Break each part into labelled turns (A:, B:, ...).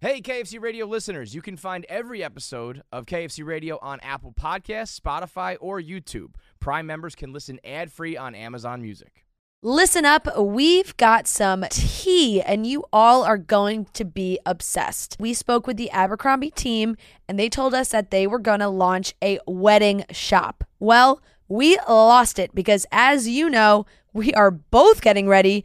A: Hey, KFC Radio listeners, you can find every episode of KFC Radio on Apple Podcasts, Spotify, or YouTube. Prime members can listen ad free on Amazon Music.
B: Listen up, we've got some tea, and you all are going to be obsessed. We spoke with the Abercrombie team, and they told us that they were going to launch a wedding shop. Well, we lost it because, as you know, we are both getting ready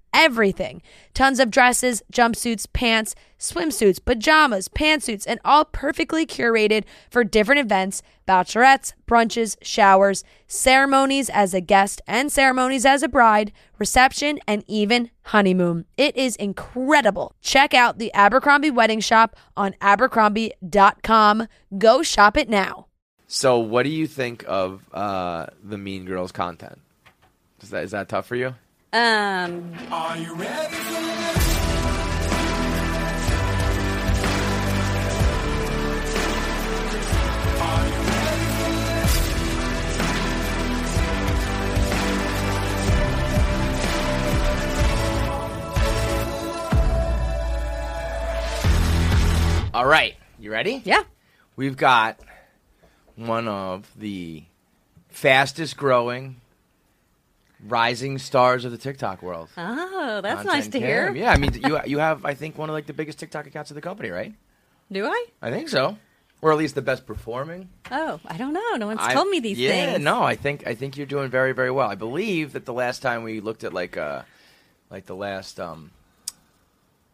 B: everything tons of dresses, jumpsuits, pants, swimsuits, pajamas, pantsuits, and all perfectly curated for different events bachelorettes, brunches, showers, ceremonies as a guest and ceremonies as a bride, reception, and even honeymoon. It is incredible. Check out the Abercrombie Wedding Shop on Abercrombie.com. Go shop it now.
A: So, what do you think of uh, the Mean Girls content? Is that, is that tough for you?
C: Um,
D: Are you ready?
A: All right, you ready?
B: Yeah.
A: We've got one of the fastest growing rising stars of the TikTok world.
C: oh, that's
A: Content
C: nice to
A: Kim.
C: hear.
A: Yeah, I mean, you you have I think one of like the biggest TikTok accounts of the company, right?
C: Do I?
A: I think so, or at least the best performing.
C: Oh, I don't know. No one's
A: I-
C: told me these
A: yeah,
C: things.
A: no, I think I think you're doing very very well. I believe that the last time we looked at like uh like the last um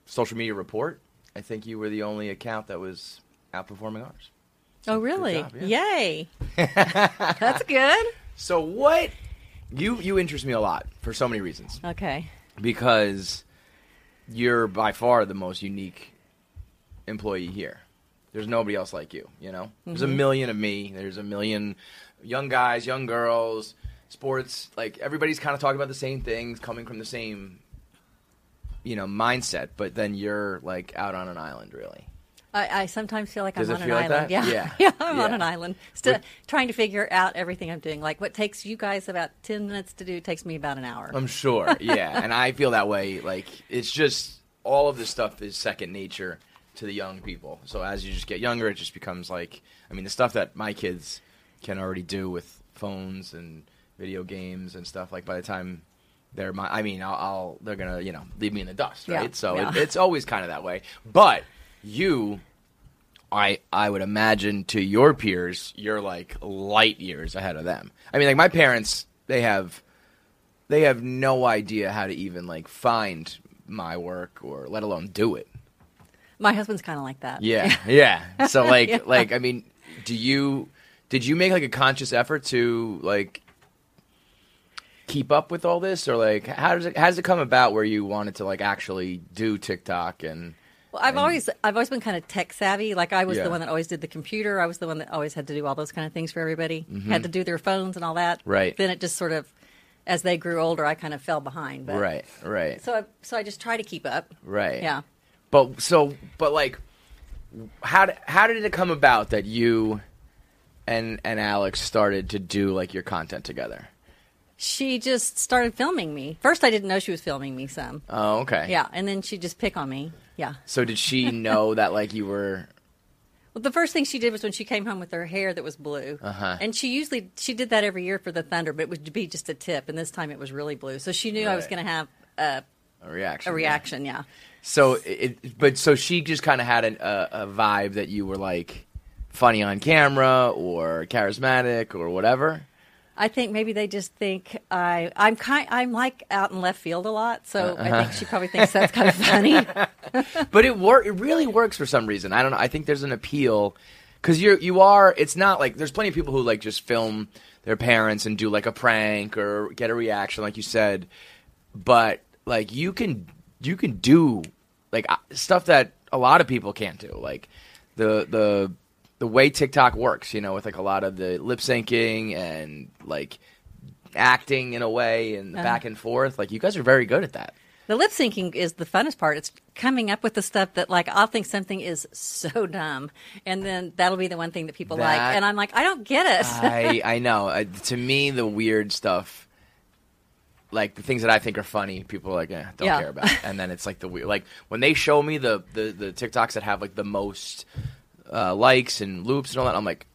A: social media report, I think you were the only account that was outperforming ours.
C: Oh, really?
A: job, yeah.
C: Yay. that's good.
A: So what you you interest me a lot for so many reasons
C: Okay.
A: because you're by far the most unique employee here. There's nobody else like you, you know? There's a million of me, there's a million young guys, young girls, sports, like everybody's kind of talking about the same things, coming from the same you know, mindset, but then you're like out on an island really.
C: I, I sometimes feel like
A: Does it
C: I'm on an
A: feel like
C: island.
A: that?
C: Yeah.
A: Yeah.
C: I'm on
A: Yeah.
C: an island. Still
A: But-
C: trying to figure out everything I'm doing. Like what takes you guys about 10 minutes to do takes me about an hour.
A: I'm sure. Yeah, and I feel that way. Like it's just all of this stuff is second nature to the young people. So as you just get younger, it just becomes like I mean the stuff that my kids can already do with phones and video games and stuff. Like by the time they're my, I mean I'll, I'll they're gonna you know leave me in the dust,
C: Yeah,
A: right? So
C: yeah.
A: It, it's always kind of that way. But you. I I would imagine to your peers, you're like light years ahead of them. I mean, like my parents, they have they have no idea how to even like find my work or let alone do it.
C: My husband's kind of like that.
A: Yeah, yeah. So like,
C: Yeah.
A: like I mean, do you did you make like a conscious effort to like keep up with all this, or like how does it how does it come about where you wanted to like actually do TikTok and
C: Well, I've always I've always been kind of tech savvy. Like I was
A: Yeah.
C: the one that always did the computer. I was the one that always had to do all those kind of things for everybody. Had to do their phones and all that.
A: Mm-hmm. Right.
C: Then it just sort of, as they grew older, I kind of fell behind. But,
A: right, right,
C: So I, so I just try to keep up.
A: right,
C: Yeah.
A: But so, but like, how d- how did it come about that you and and Alex started to do like your content together?
C: She just started filming me. First, I didn't know she was filming me some.
A: Oh, okay.
C: Yeah. And then she'd just pick on me. Yeah.
A: So did she know that like you were?
C: Well, the first thing she did was when she came home with her hair that was blue,
A: Uh-huh.
C: and she usually she did that every year for the Thunder, but it would be just a tip, and this time it was really blue. So she knew I was
A: Right.
C: going to have uh, a,
A: A reaction.
C: a reaction. Yeah.
A: So it, but so she just kind of had an, a, a vibe that you were like funny on camera or charismatic or whatever.
C: I think maybe they just think I I'm kind I'm like out in left field a lot, so
A: Uh-huh.
C: I think she probably thinks that's kind of funny.
A: But it wor- it really works for some reason. I don't know. I think there's an appeal because you're you are. It's not like there's plenty of people who like just film their parents and do like a prank or get a reaction, like you said. But like you can you can do like uh, stuff that a lot of people can't do. Like the the the way TikTok works, you know, with like a lot of the lip syncing and like acting in a way and the back and forth. Like you guys are very good at that.
C: The lip syncing is the funnest part. It's coming up with the stuff that, like, I'll think something is so dumb, and then that'll be the one thing that people like.
A: That-
C: And I'm like, I don't get it.
A: I I know. I, to me, the weird stuff, like the things that I think are funny, people are like, eh, don't
C: Yeah.
A: care about. And then it's like the weird, like when they show me the the, the TikToks that have like the most uh, likes and loops and all that, I'm like,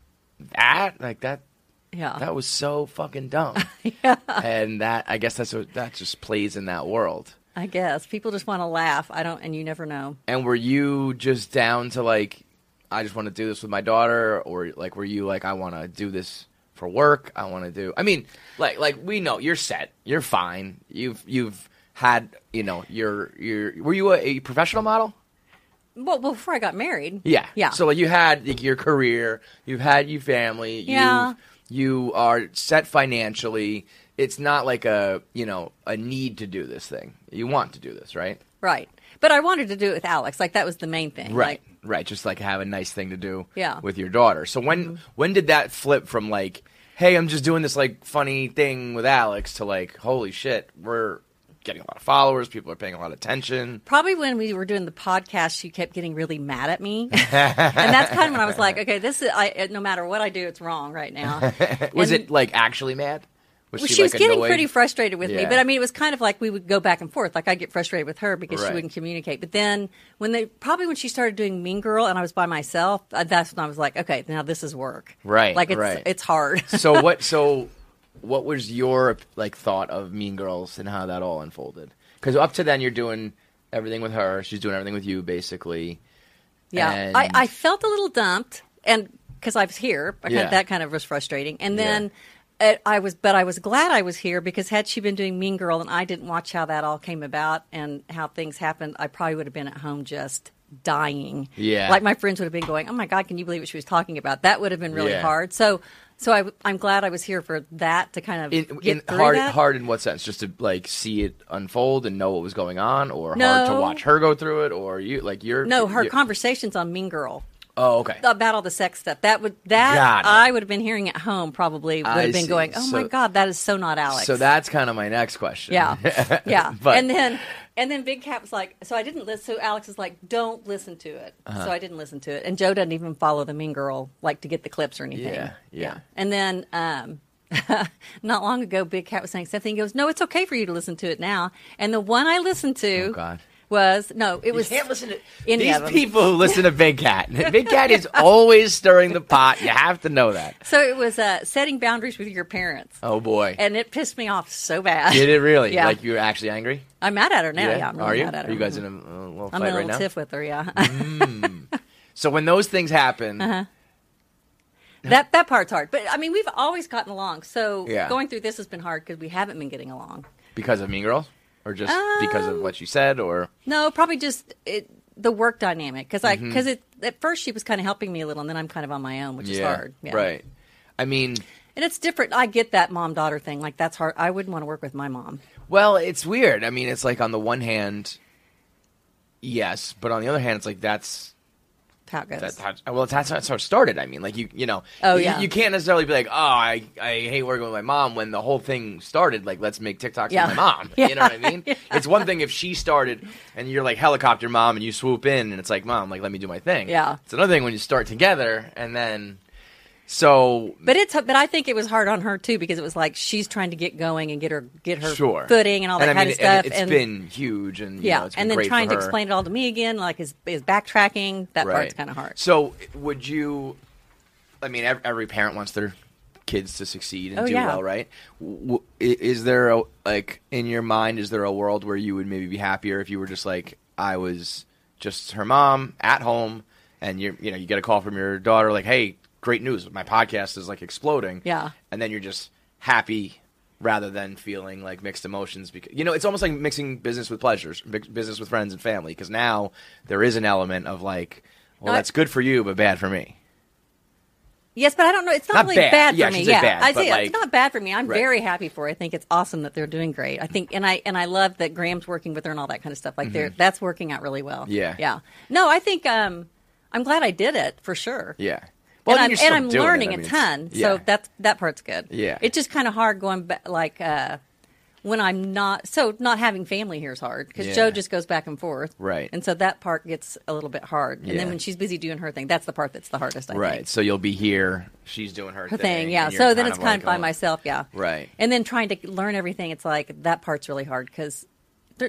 A: that like that
C: yeah.
A: that was so fucking dumb. And that I guess that's what that just plays in that world.
C: I guess people just want to laugh. I don't, and you never know.
A: And were you just down to like, I just want to do this with my daughter, or like, were you like, I want to do this for work? I want to do. I mean, like, like we know you're set, you're fine. You've you've had, you know, your your. Were you a, a professional model?
C: Well, well, before I got married.
A: Yeah,
C: Yeah.
A: So like, you had like, your career, you've had your family.
C: Yeah.
A: You you are set financially. It's not like a you know a need to do this thing. You want to do this, right?
C: right. But I wanted to do it with Alex. Like that was the main thing.
A: right
C: Like,
A: right just like have a nice thing to do
C: Yeah. Mm-hmm.
A: with your daughter so when when did that flip from like hey i'm just doing this like funny thing with alex to like holy shit we're getting a lot of followers people are paying a lot of attention
C: probably when we were doing the podcast, she kept getting really mad at me, and that's kind of when I was like, okay, this is. I uh, no matter what I do, it's wrong right now.
A: Eh, was
C: And-
A: it like actually mad was
C: Well, she, was
A: like,
C: getting
A: annoyed?
C: pretty frustrated with me,
A: Yeah.
C: but I mean, it was kind of like we would go back and forth. Like I get frustrated with her because
A: Right.
C: she wouldn't communicate. But then when they probably when she started doing Mean Girl and I was by myself, uh, that's when I was like, okay, now this is work.
A: Right,
C: Like it's
A: right.
C: it's hard.
A: so what so what was your like thought of mean girls and how that all unfolded because up to then you're doing everything with her she's doing everything with you basically
C: Yeah,
A: And-
C: I, I felt a little dumped, and because I was here, I kind
A: Yeah.
C: of, that kind of was frustrating. And
A: Yeah.
C: then uh, I was, but I was glad I was here because had she been doing Mean Girl and I didn't watch how that all came about and how things happened, I probably would have been at home just dying.
A: Yeah.
C: like my friends would have been going, "Oh my god, can you believe what she was talking about?" That would have been really
A: Yeah.
C: hard. So, so I, am glad I was here for that to kind of
A: in,
C: get
A: in
C: through
A: hard
C: that.
A: hard in what sense just to like see it unfold and know what was going on or hard to
C: No.
A: watch her go through it or you like you're
C: No, her
A: you're-
C: conversations on Mean Girl.
A: oh okay
C: about all the sex stuff. That would that
A: Got it.
C: I would have been hearing at home probably would
A: I
C: have been
A: see.
C: going, "Oh my
A: So-
C: god, that is so not Alex."
A: so that's kind of my next question
C: yeah, yeah.
A: But-
C: and then and then Big Cat was like, "So I didn't listen." So Alex is like, "Don't listen to it."
A: Uh-huh.
C: So I didn't listen to it. And Joe doesn't even follow the Mean Girl like to get the clips or anything.
A: Yeah, yeah.
C: And then um, not long ago, Big Cat was saying something. He goes, "No, it's okay for you to listen to it now." And the one I listened to
A: Oh, God.
C: was no, it
A: you
C: was
A: can't listen to
C: any
A: these
C: of 'em.
A: people who listen to Big Cat. Big Cat is always stirring the pot. You have to know that.
C: so it was uh, setting boundaries with your parents.
A: Oh boy,
C: and it pissed me off so bad.
A: did it really?
C: Yeah.
A: Like you were actually angry?
C: I'm mad at her now. Yeah, I'm really
A: Are you?
C: mad at her.
A: Are you guys in a, a little
C: I'm
A: fight
C: in
A: right
C: a little
A: now? Mm-hmm.
C: tiff with her. Yeah,
A: So when those things happen,
C: Uh-huh. that that part's hard. But I mean, we've always gotten along. So
A: Yeah.
C: going through this has been hard because we haven't been getting along.
A: because of Mean Girls, or just because
C: Um,
A: of what you said, or
C: No, probably just it, the work dynamic because I
A: Mm-hmm.
C: because it at first she was kind of helping me a little, and then I'm kind of on my own, which is hard. Yeah.
A: right? I mean.
C: and it's different. I get that mom daughter thing. Like that's hard. I wouldn't want to work with my mom.
A: Well, it's weird. I mean, it's like on the one hand, yes, but on the other hand, it's like that's
C: How it goes.
A: that's how, well, that's how it started. I mean, like you, you know,
C: Oh,
A: you,
C: yeah.
A: you can't necessarily be like, oh, I, I hate working with my mom when the whole thing started. Like, let's make TikToks
C: Yeah.
A: with my mom. You know what I mean? It's one thing if she started and you're like helicopter mom and you swoop in and it's like, mom, like let me do my thing.
C: Yeah.
A: It's another thing when you start together and then, so
C: But it's but I think it was hard on her too because it was like she's trying to get going and get her get her
A: sure
C: footing and all that
A: I
C: kind
A: mean,
C: of stuff.
A: And it's
C: and
A: been huge and you
C: yeah,
A: know, it's been
C: and then
A: great for
C: trying to
A: her.
C: explain it all to me again, like is is backtracking. That part's kind of hard.
A: So would you? I mean, ev- every parent wants their kids to succeed and
C: Oh,
A: do
C: yeah.
A: well, right? W- i- is there a like in your mind? Is there a world where you would maybe be happier if you were just like I was just her mom at home, and you you know you get a call from your daughter like, hey, great news, my podcast is like exploding,
C: Yeah.
A: and then you're just happy. Rather than feeling like mixed emotions, because you know it's almost like mixing business with pleasures, mix- business with friends and family. Because now there is an element of like, well,
C: No, I-
A: that's good for you, but bad for me.
C: yes, but I don't know. It's not,
A: Not
C: really
A: bad.
C: bad, for
A: Yeah, I
C: me.
A: should say
C: Yeah,
A: bad,
C: I
A: but,
C: say
A: like-
C: it's not bad for me. I'm
A: Right.
C: very happy for. It. I think it's awesome that they're doing great. I think, and I and I love that Graham's working with her and all that kind of stuff. Like they're that's working out really well.
A: Mm-hmm. Yeah.
C: yeah. No, I think um, I'm glad I did it for sure.
A: Yeah. Well,
C: and
A: you're
C: I'm,
A: still
C: and I'm
A: doing it,
C: learning
A: I mean,
C: a
A: it's-
C: ton,
A: yeah.
C: so that's that part's good.
A: Yeah.
C: it's just kind of hard going back, like uh, when I'm not. So not having family here is hard because
A: Yeah.
C: Joe just goes back and forth,
A: Right.
C: And so that part gets a little bit hard. And
A: Yeah.
C: then when she's busy doing her thing, that's the part that's the hardest. I
A: Right.
C: think.
A: So you'll be here. She's doing her,
C: her thing, yeah.
A: and
C: So
A: you're
C: then it's kind of by
A: like, oh.
C: myself, yeah.
A: Right.
C: And then trying to learn everything, it's like that part's really hard because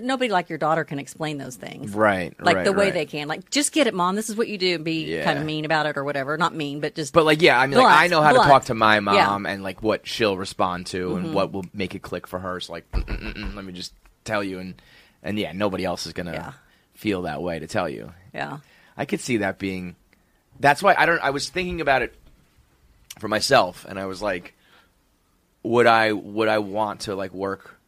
C: nobody like your daughter can explain those things,
A: Right.
C: Like
A: right,
C: the way
A: right.
C: they can, like just get it, mom. This is what you do, and be
A: Yeah.
C: kind of mean about it or whatever. Not mean, but just.
A: But like, yeah, I mean, like,
C: Blunt,
A: I know how
C: blunt.
A: to talk to my
C: Yeah. Mm-hmm.
A: mom and like what she'll respond to and what will make it click for her. So like, mm, mm, mm, mm, let me just tell you, and and yeah, nobody else is gonna
C: Yeah.
A: feel that way to tell you.
C: yeah,
A: I could see that being. That's why I don't. I was thinking about it for myself, and I was like, would I would I want to like work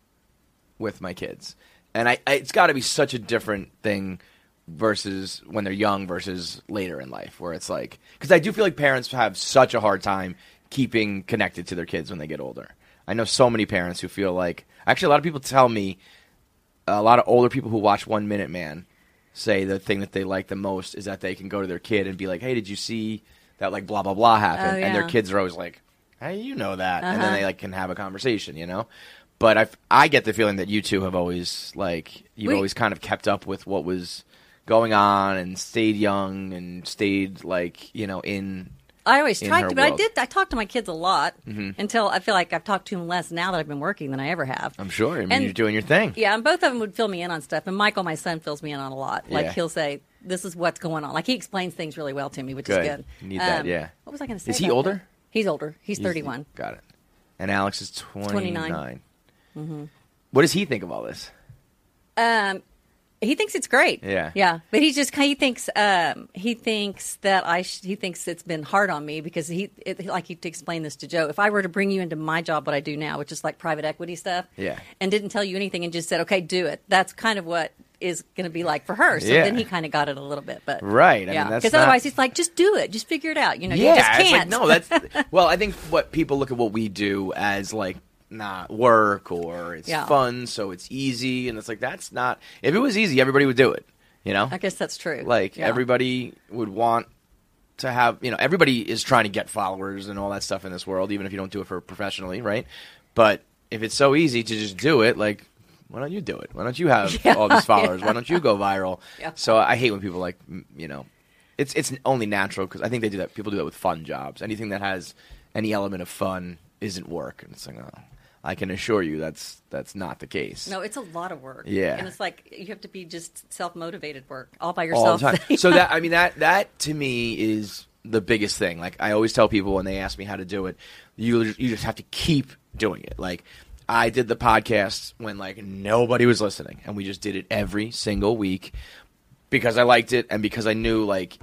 A: with my kids? And I, I it's got to be such a different thing versus when they're young versus later in life, where it's like because I do feel like parents have such a hard time keeping connected to their kids when they get older. I know so many parents who feel like actually a lot of people tell me a lot of older people who watch One Minute Man say the thing that they like the most is that they can go to their kid and be like, "Hey, did you see that like blah blah blah happen?"
C: Oh,
A: And their
C: yeah.
A: kids are always like, "How do you know that?" And then
C: Uh-huh.
A: they like can have a conversation, you know. But I I get the feeling that you two have always like you've
C: We-
A: always kind of kept up with what was going on and stayed young and stayed like you know in
C: I always
A: in
C: tried
A: her
C: to, but
A: world. Mm-hmm.
C: I did. I talked to my kids a lot until I feel like I've talked to them less now that I've been working than I ever have.
A: I'm sure I mean
C: And-
A: you're doing your thing.
C: Yeah, and both of them would fill me in on stuff. And Michael, my son, fills me in on a lot. Like
A: Yeah.
C: he'll say, "This is what's going on." Like he explains things really well to me, which
A: Good.
C: is good. Um,
A: You need that, yeah.
C: What was I going to say?
A: Is he
C: about
A: older?
C: that? He's older. He's,
A: He's-
C: thirty-one.
A: Got it. And Alex is 29.
C: 29. Mm-hmm.
A: What does he think of all this?
C: Um, he thinks it's great.
A: Yeah.
C: yeah. But he just he thinks um he thinks that I sh- he thinks it's been hard on me because he it, like he to explain this to Joe. If I were to bring you into my job, what I do now, which is like private equity stuff,
A: Yeah.
C: and didn't tell you anything and just said, okay, do it. That's kind of what is going to be like for her. So
A: Yeah.
C: then he kind of got it a little bit, but
A: Right. I mean,
C: yeah,
A: that's
C: because
A: not-
C: otherwise he's like, just do it, just figure it out. You know,
A: yeah,
C: you just
A: it's like,
C: can't.
A: no, that's well. I think what people look at what we do as like not work or it's
C: Yeah.
A: fun, so it's easy, and it's like that's not. If it was easy, everybody would do it. You know,
C: I guess that's true.
A: like
C: Yeah.
A: everybody would want to have. You know, everybody is trying to get followers and all that stuff in this world, even if you don't do it for professionally, right? But if it's so easy to just do it, like. Why don't you do it? Why don't you have all these followers? Why don't you go viral?
C: Yeah.
A: So I hate when people like m- you know, it's it's only natural because I think they do that. People do that with fun jobs. Anything that has any element of fun isn't work. And it's like, oh, I can assure you that's that's not the case.
C: No, it's a lot of work.
A: Yeah.
C: and it's like you have to be just self-motivated work all by yourself.
A: all the time. So that I mean that that to me is the biggest thing. Like I always tell people when they ask me how to do it, you you just have to keep doing it. Like I did the podcast when like nobody was listening, and we just did it every single week because I liked it and because I knew like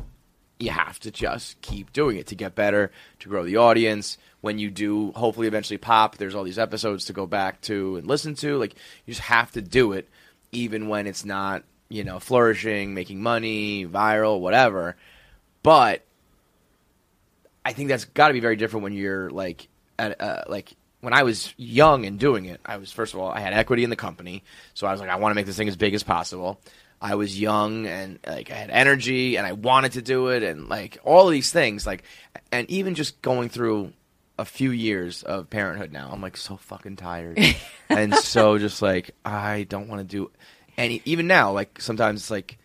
A: you have to just keep doing it to get better, to grow the audience. When you do hopefully eventually pop, there's all these episodes to go back to and listen to. Like you just have to do it even when it's not, you know, flourishing, making money, viral, whatever. But I think that's got to be very different when you're like at uh, like when I was young and doing it. I was first of all I had equity in the company, so I was like I want to make this thing as big as possible. I was young and like I had energy and I wanted to do it and like all these things like and even just going through a few years of parenthood now I'm like so fucking tired and so just like I don't want to do any even now like sometimes it's like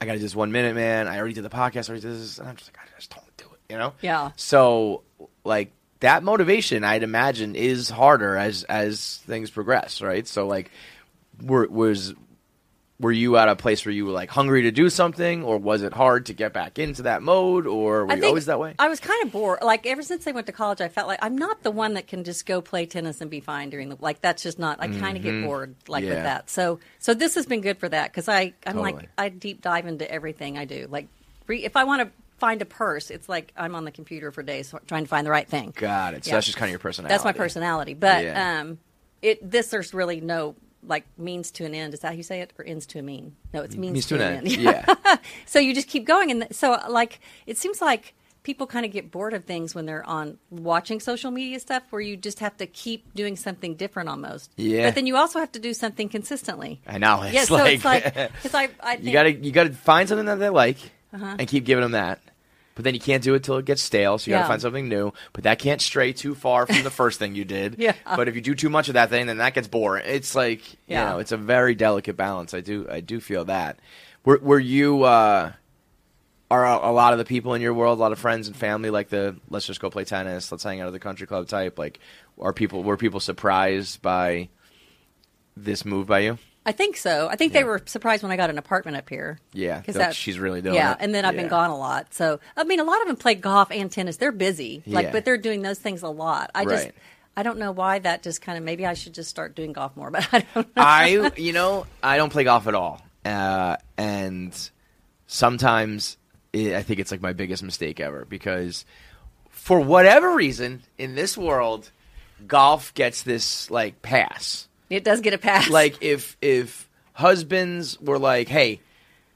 A: I got to do this one minute man I already did the podcast I already did this and I'm just like I just don't do it you know
C: Yeah.
A: so like that motivation I'd imagine is harder as as things progress, right? So like were was were you at a place where you were like hungry to do something or was it hard to get back into that mode or were
C: I
A: you
C: think
A: always that way?
C: I was kind of bored. Like ever since I went to college, I felt like I'm not the one that can just go play tennis and be fine during the like. That's just not. I kind of get bored like
A: Mm-hmm. Yeah.
C: with that. So so this has been good for that because I I'm
A: Totally.
C: like I deep dive into everything I do. Like re, if I want to find a purse, it's like I'm on the computer for days trying to find the right thing.
A: Got it. So
C: Yeah.
A: that's just kind of your personality.
C: That's my personality. But
A: Yeah.
C: um, it this there's really no like means to an end. Is that how you say it or ends to a mean? No, it's means,
A: Means
C: to
A: to
C: an end.
A: Yeah.
C: so you just keep going and th- so like it seems like people kind of get bored of things when they're on watching social media stuff where you just have to keep doing something different almost
A: Yeah.
C: but then you also have to do something consistently
A: I know. It's
C: yeah so
A: like,
C: it's like because i, I think, Uh-huh.
A: you got to you got to find something that they like and keep giving them that. But But then you can't do it till it gets stale, so you got
C: Yeah.
A: to find something new. But that can't stray too far from the first thing you did.
C: Yeah.
A: But if you do too much of that thing, then that gets boring. It's like
C: Yeah.
A: you know, it's a very delicate balance. I do I do feel that. Were were you uh are a, a lot of the people in your world, a lot of friends and family, like the let's just go play tennis, let's hang out at the country club type. Like, are people were people surprised by this move by you?
C: I think so. I think they were surprised when I got an apartment up here.
A: Yeah,
C: 'Cause
A: that she's really doing
C: Yeah,
A: it.
C: and then I've
A: Yeah.
C: been gone a lot. So I mean, a lot of them play golf and tennis. They're busy, like,
A: Yeah.
C: but they're doing those things a lot. I just,
A: Right.
C: I don't know why that just kind of maybe I should just start doing golf more, but I don't know.
A: I, you know, I don't play golf at all, uh, and sometimes i I think it's like my biggest mistake ever because, for whatever reason, in this world, golf gets this like pass.
C: It does get a pass.
A: Like if if husbands were like, "Hey,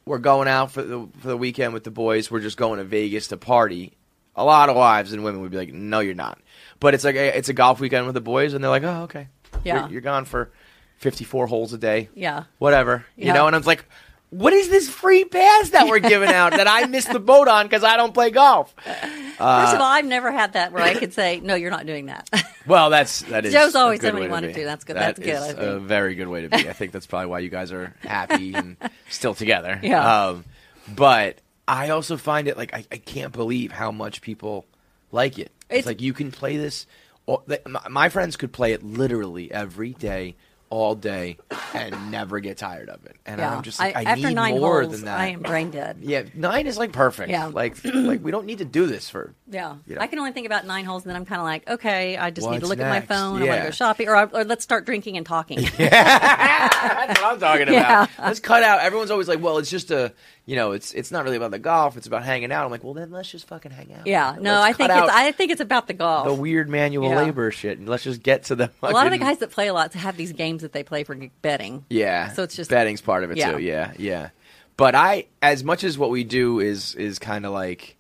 A: we're going out for the for the weekend with the boys. We're just going to Vegas to party." A lot of wives and women would be like, "No, you're not." But it's like eh, it's a golf weekend with the boys, and they're like, "Oh, okay,
C: Yeah.
A: you're, you're gone for 54 holes a day,
C: Yeah.
A: whatever." You
C: Yeah.
A: know, and I'm like. What is this free pass that we're giving out that I missed the boat on because I don't play golf?
C: First
A: Uh,
C: of all, I've never had that where I could say, "No, you're not doing that."
A: Well, that's that is.
C: Joe's always
A: a good
C: done what
A: way
C: he wanted
A: be.
C: to. That's good.
A: That
C: That's good,
A: is
C: I think.
A: a very good way to be. I think that's probably why you guys are happy and still together.
C: Yeah.
A: Um, but I also find it like I, I can't believe how much people like it. It's,
C: It's-
A: like you can play this. All, th- my, my friends could play it literally every day, all day, and never get tired of it. And I'm just like, I,
C: after
A: need
C: nine
A: more
C: holes,
A: than that.
C: I am brain dead.
A: yeah, nine is like perfect.
C: Yeah.
A: Like, like we don't need to do this for.
C: Yeah.
A: you know.
C: I can only think about nine holes, and then I'm kind of like, okay, I just need to
A: What's
C: look
A: next?
C: at my phone. I want
A: Yeah.
C: to go shopping, or, I, or let's start drinking and talking.
A: That's what I'm talking
C: Yeah.
A: about. Let's cut out. Everyone's always like, "Well, it's just a, you know, it's it's not really about the golf. It's about hanging out." I'm like, "Well, then let's just fucking hang out."
C: Yeah, no,
A: Let's
C: I think
A: cut
C: it's
A: out
C: I think it's about the golf.
A: the weird manual
C: Yeah.
A: labor shit. And let's just get to the.
C: a lot of the
A: fucking-
C: guys that play a lot have these games that they play for betting.
A: Yeah.
C: So it's just-
A: betting's part of it
C: Yeah.
A: too. Yeah, yeah. But I, as much as what we do is is kind of like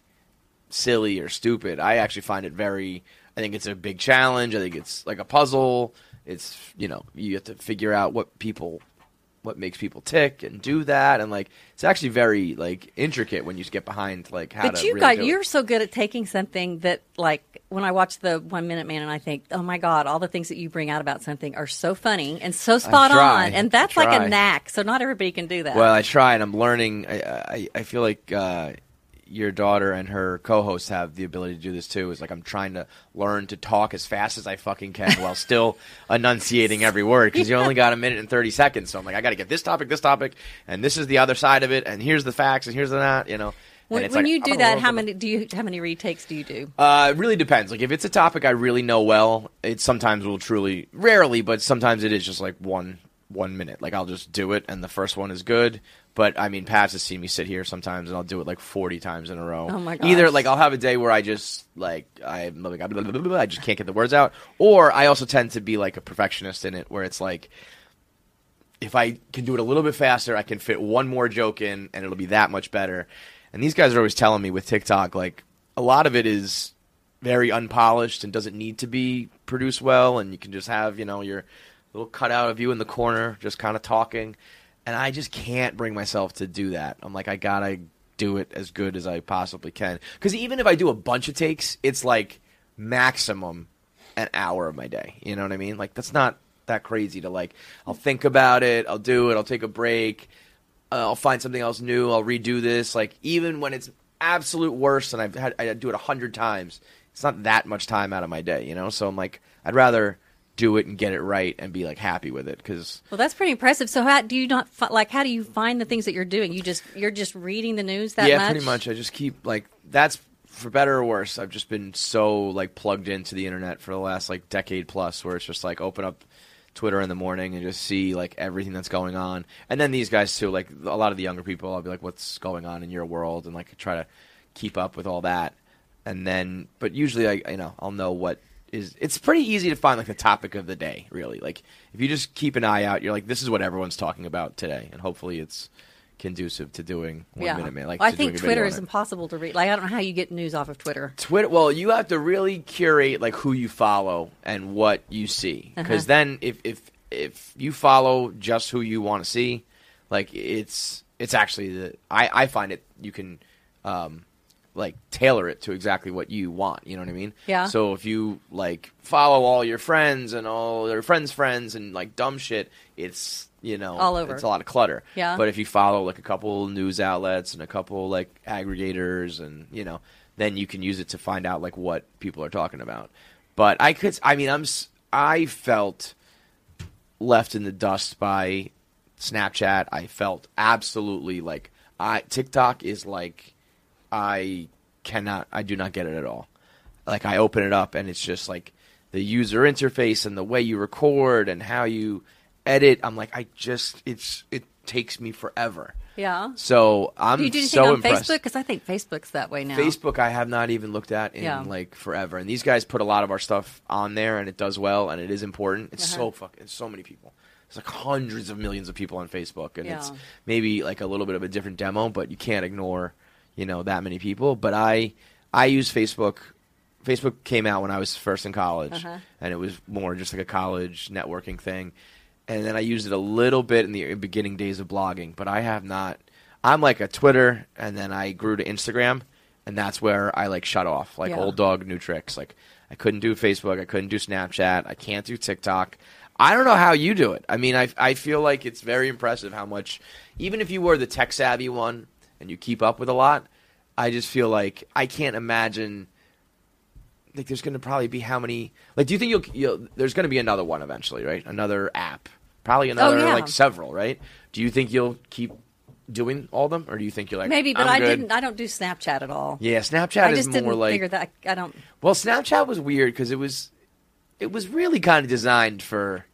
A: silly or stupid, I actually find it very. I think it's a big challenge. I think it's like a puzzle. It's you know you have to figure out what people, what makes people tick and do that, and like it's actually very like intricate when you get behind like how
C: But
A: to.
C: you
A: really
C: guys,
A: do it.
C: you're so good at taking something that, like, when I watch the One Minute Man, and I think, oh my god, all the things that you bring out about something are so funny and so spot
A: try.
C: on, and
A: I
C: that's like
A: try.
C: a knack. So not everybody can do that.
A: Well, I try, and I'm learning. I I, I feel like uh, your daughter and her co-hosts have the ability to do this too. Is like I'm trying to learn to talk as fast as I fucking can while still enunciating every word because you only got a minute and thirty seconds. So I'm like, I got to get this topic, this topic, and this is the other side of it, and here's the facts, and here's the not. You know. And
C: when
A: it's
C: when
A: like,
C: you
A: I'm
C: do
A: a
C: that,
A: little
C: how
A: bit-
C: many do you? How many retakes do you do?
A: uh, it really depends. Like if it's a topic I really know well, it sometimes will truly, rarely, but sometimes it is just like one one minute. Like I'll just do it, and the first one is good. But I mean, Pabs has seen me sit here sometimes, and I'll do it like forty times in a row.
C: Oh my
A: Either
C: gosh.
A: like I'll have a day where I just like I like I blah, blah, blah, blah, I just can't get the words out, or I also tend to be like a perfectionist in it, where it's like if I can do it a little bit faster, I can fit one more joke in, and it'll be that much better. And these guys are always telling me with TikTok, like a lot of it is very unpolished and doesn't need to be produced well, and you can just have you know your little cutout of you in the corner, just kind of talking. And I just can't bring myself to do that. I'm like, I gotta do it as good as I possibly can. Because even if I do a bunch of takes, it's like maximum an hour of my day. You know what I mean? Like that's not that crazy to like. I'll think about it. I'll do it. I'll take a break. Uh, I'll find something else new. I'll redo this. Like even when it's absolute worst, and I've had I do it a hundred times. It's not that much time out of my day, you know. So I'm like, I'd rather do it and get it right and be like happy with it because
C: Well, that's pretty impressive. So how do you not fi- like? How do you find the things that you're doing? You just you're just reading the news that
A: yeah,
C: much.
A: pretty much. I just keep like that's for better or worse. I've just been so like plugged into the internet for the last like decade plus, where it's just like open up Twitter in the morning and just see like everything that's going on, and then these guys too. Like a lot of the younger people, I'll be like, "What's going on in your world?" and like try to keep up with all that, and then but usually I you know I'll know what. Is, it's pretty easy to find like the topic of the day, really. Like if you just keep an eye out, you're like, this is what everyone's talking about today, and hopefully it's conducive to doing one
C: Yeah.
A: minute man. Like
C: I
A: to
C: think
A: doing a video
C: Twitter
A: on
C: is
A: it.
C: impossible to read. Like I don't know how you get news off of Twitter.
A: Twitter. Well, you have to really curate like who you follow and what you see,
C: Uh-huh.
A: because then if if if you follow just who you want to see, like it's it's actually the I I find it you can um like tailor it to exactly what you want. You know what I mean?
C: Yeah.
A: So if you like follow all your friends and all their friends' friends and like dumb shit, it's you know
C: All over.
A: It's a lot of clutter.
C: Yeah.
A: But if you follow like a couple news outlets and a couple like aggregators and you know, then you can use it to find out like what people are talking about. But I could, I mean, I'm s- I felt left in the dust by Snapchat. I felt absolutely like I TikTok is like I cannot I do not get it at all. Like I open it up and it's just like the user interface and the way you record and how you edit. I'm like I just it's it takes me forever.
C: Yeah.
A: So I'm
C: Do you do anything
A: so
C: on
A: impressed.
C: Facebook? Because I think Facebook's that way now.
A: Facebook I have not even looked at in
C: Yeah.
A: like forever. And these guys put a lot of our stuff on there and it does well and it is important. It's
C: Uh-huh.
A: so fucking it's so many people. It's like hundreds of millions of people on Facebook and it's
C: Yeah.
A: maybe like a little bit of a different demo, but you can't ignore, you know, that many people. But I I use Facebook Facebook came out when I was first in college
C: Uh-huh.
A: and it was more just like a college networking thing. And then I used it a little bit in the beginning days of blogging, but I have not. I'm like a Twitter, and then I grew to Instagram, and that's where I like shut off, like
C: Yeah.
A: old dog, new tricks. Like I couldn't do Facebook, I couldn't do Snapchat, I can't do TikTok. I don't know how you do it. I mean, I I feel like it's very impressive how much, even if you were the tech savvy one and you keep up with a lot, I just feel like I can't imagine like there's going to probably be how many like do you think you'll, you'll there's going to be another one eventually right another app probably another
C: Oh, yeah.
A: like several right do you think you'll keep doing all of them or do you think you're like
C: Maybe, but
A: I'm
C: I
A: good.
C: didn't. I don't do Snapchat at all.
A: yeah snapchat
C: I
A: is
C: just
A: more
C: didn't
A: like
C: figure that. I don't.
A: well snapchat was weird because it was it was really kind of designed for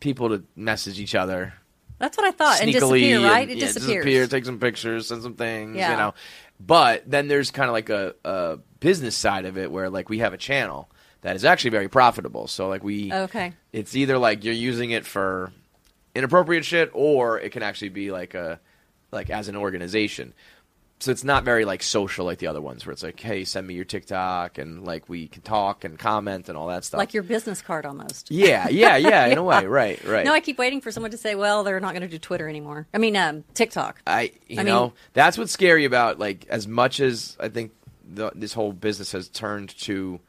A: people to message each other
C: That's what I thought. Oh, And
A: sneakily
C: disappear, right?
A: and-
C: it
A: yeah,
C: disappears.
A: disappear, take some pictures, send some things,
C: Yeah.
A: you know. But then there's kind of like a, a business side of it where like we have a channel that is actually very profitable. So like we
C: Okay.
A: it's either like you're using it for inappropriate shit or it can actually be like a like as an organization. So it's not very like social like the other ones where it's like, hey, send me your TikTok and like we can talk and comment and all that stuff.
C: like your business card almost.
A: yeah, yeah, yeah, in a way, right, right.
C: No, I keep waiting for someone to say, "Well, they're not going to do Twitter anymore." I mean, um, TikTok.
A: I you
C: I mean-
A: know that's what's scary about like as much as I think the, this whole business has turned to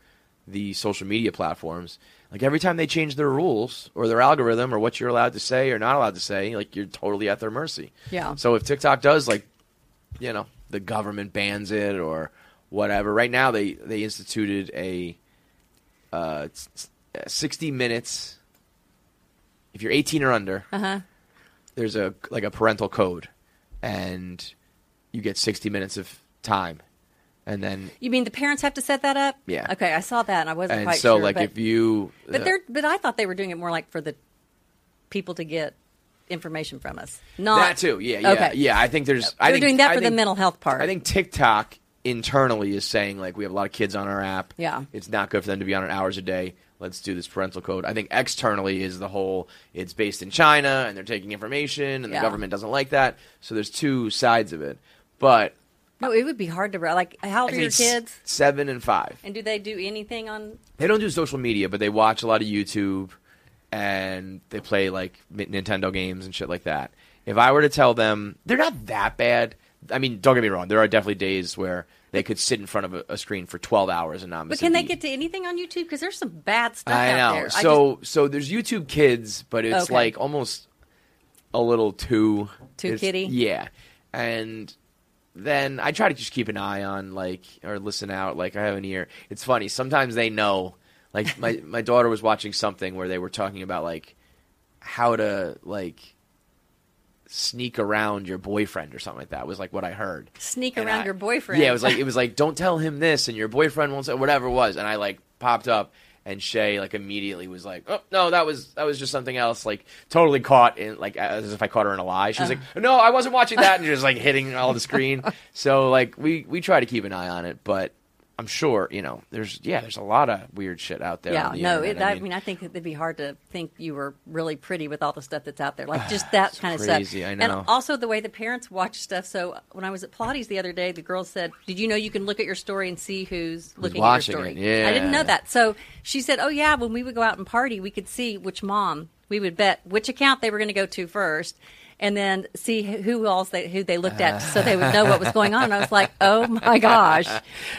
A: the social media platforms. Like every time they change their rules or their algorithm or what you're allowed to say or not allowed to say, like you're totally at their mercy.
C: Yeah.
A: So if TikTok does like, you know, the government bans it or whatever. Right now they they instituted a uh, s- s- uh, 60 minutes. If you're 18 or under,
C: Uh-huh.
A: there's a like a parental code, and you get 60 minutes of time, and then
C: You mean the parents have to set that up?
A: Yeah.
C: Okay, I saw that, and I wasn't
A: and
C: quite
A: so
C: sure.
A: like
C: but,
A: if you uh,
C: but they're but I thought they were doing it more like for the people to get information from us. Not
A: that too, yeah, yeah,
C: Okay.
A: yeah. I think there's I
C: They're
A: think,
C: doing that
A: I
C: for the
A: think-
C: mental health part.
A: I think TikTok internally is saying like we have a lot of kids on our app.
C: Yeah.
A: It's not good for them to be on it hours a day. Let's do this parental code. I think externally is the whole it's based in China and they're taking information and
C: Yeah.
A: the government doesn't like that. So there's two sides of it. But
C: No, it would be hard to like. How old
A: I
C: are your
A: think s-
C: kids?
A: seven and five.
C: And do they do anything on?
A: They don't do social media, but they watch a lot of YouTube and they play like Mi- Nintendo games and shit like that. If I were to tell them, they're not that bad. I mean, don't get me wrong. There are definitely days where they could sit in front of a, a screen for twelve hours and not.
C: But
A: miss a
C: can they
A: beat.
C: get to anything on YouTube? Because there's some bad stuff
A: I
C: out
A: know.
C: there.
A: So so there's YouTube Kids, but it's
C: Okay.
A: like almost a little too
C: Too
A: it's-
C: kiddie?
A: Yeah, and then I try to just keep an eye on like or listen out. Like I have an ear. It's funny sometimes they know. Like my my daughter was watching something where they were talking about like how to like sneak around your boyfriend or something like that was like what I heard.
C: Sneak
A: And
C: around
A: I-
C: your boyfriend.
A: Yeah, it was like it was like don't tell him this and your boyfriend won't say whatever it was and I like popped up and Shay like immediately was like, "Oh, no, that was that was just something else." Like totally caught in like as if I caught her in a lie. She was like, "No, I wasn't watching that." And just like hitting all the screen. so like we we try to keep an eye on it, but I'm sure, you know, there's yeah, there's a lot of weird shit out there.
C: Yeah,
A: on the
C: no,
A: internet.
C: it, I, mean, I think it'd be hard to think you were really pretty with all the stuff that's out there, like just that kind of
A: crazy,
C: stuff.
A: I
C: And
A: know.
C: also the way the parents watch stuff. So when I was at Pilates the other day, the girl said, "Did you know you can look at your story and see who's, looking
A: watching
C: at your story?"
A: it,
C: I didn't know
A: yeah.
C: that. So she said, "Oh yeah, when we would go out and party, we could see which mom we would bet which account they were going to go to first. and then see who else they who they looked at so they would know what was going on. And I was like, oh my gosh,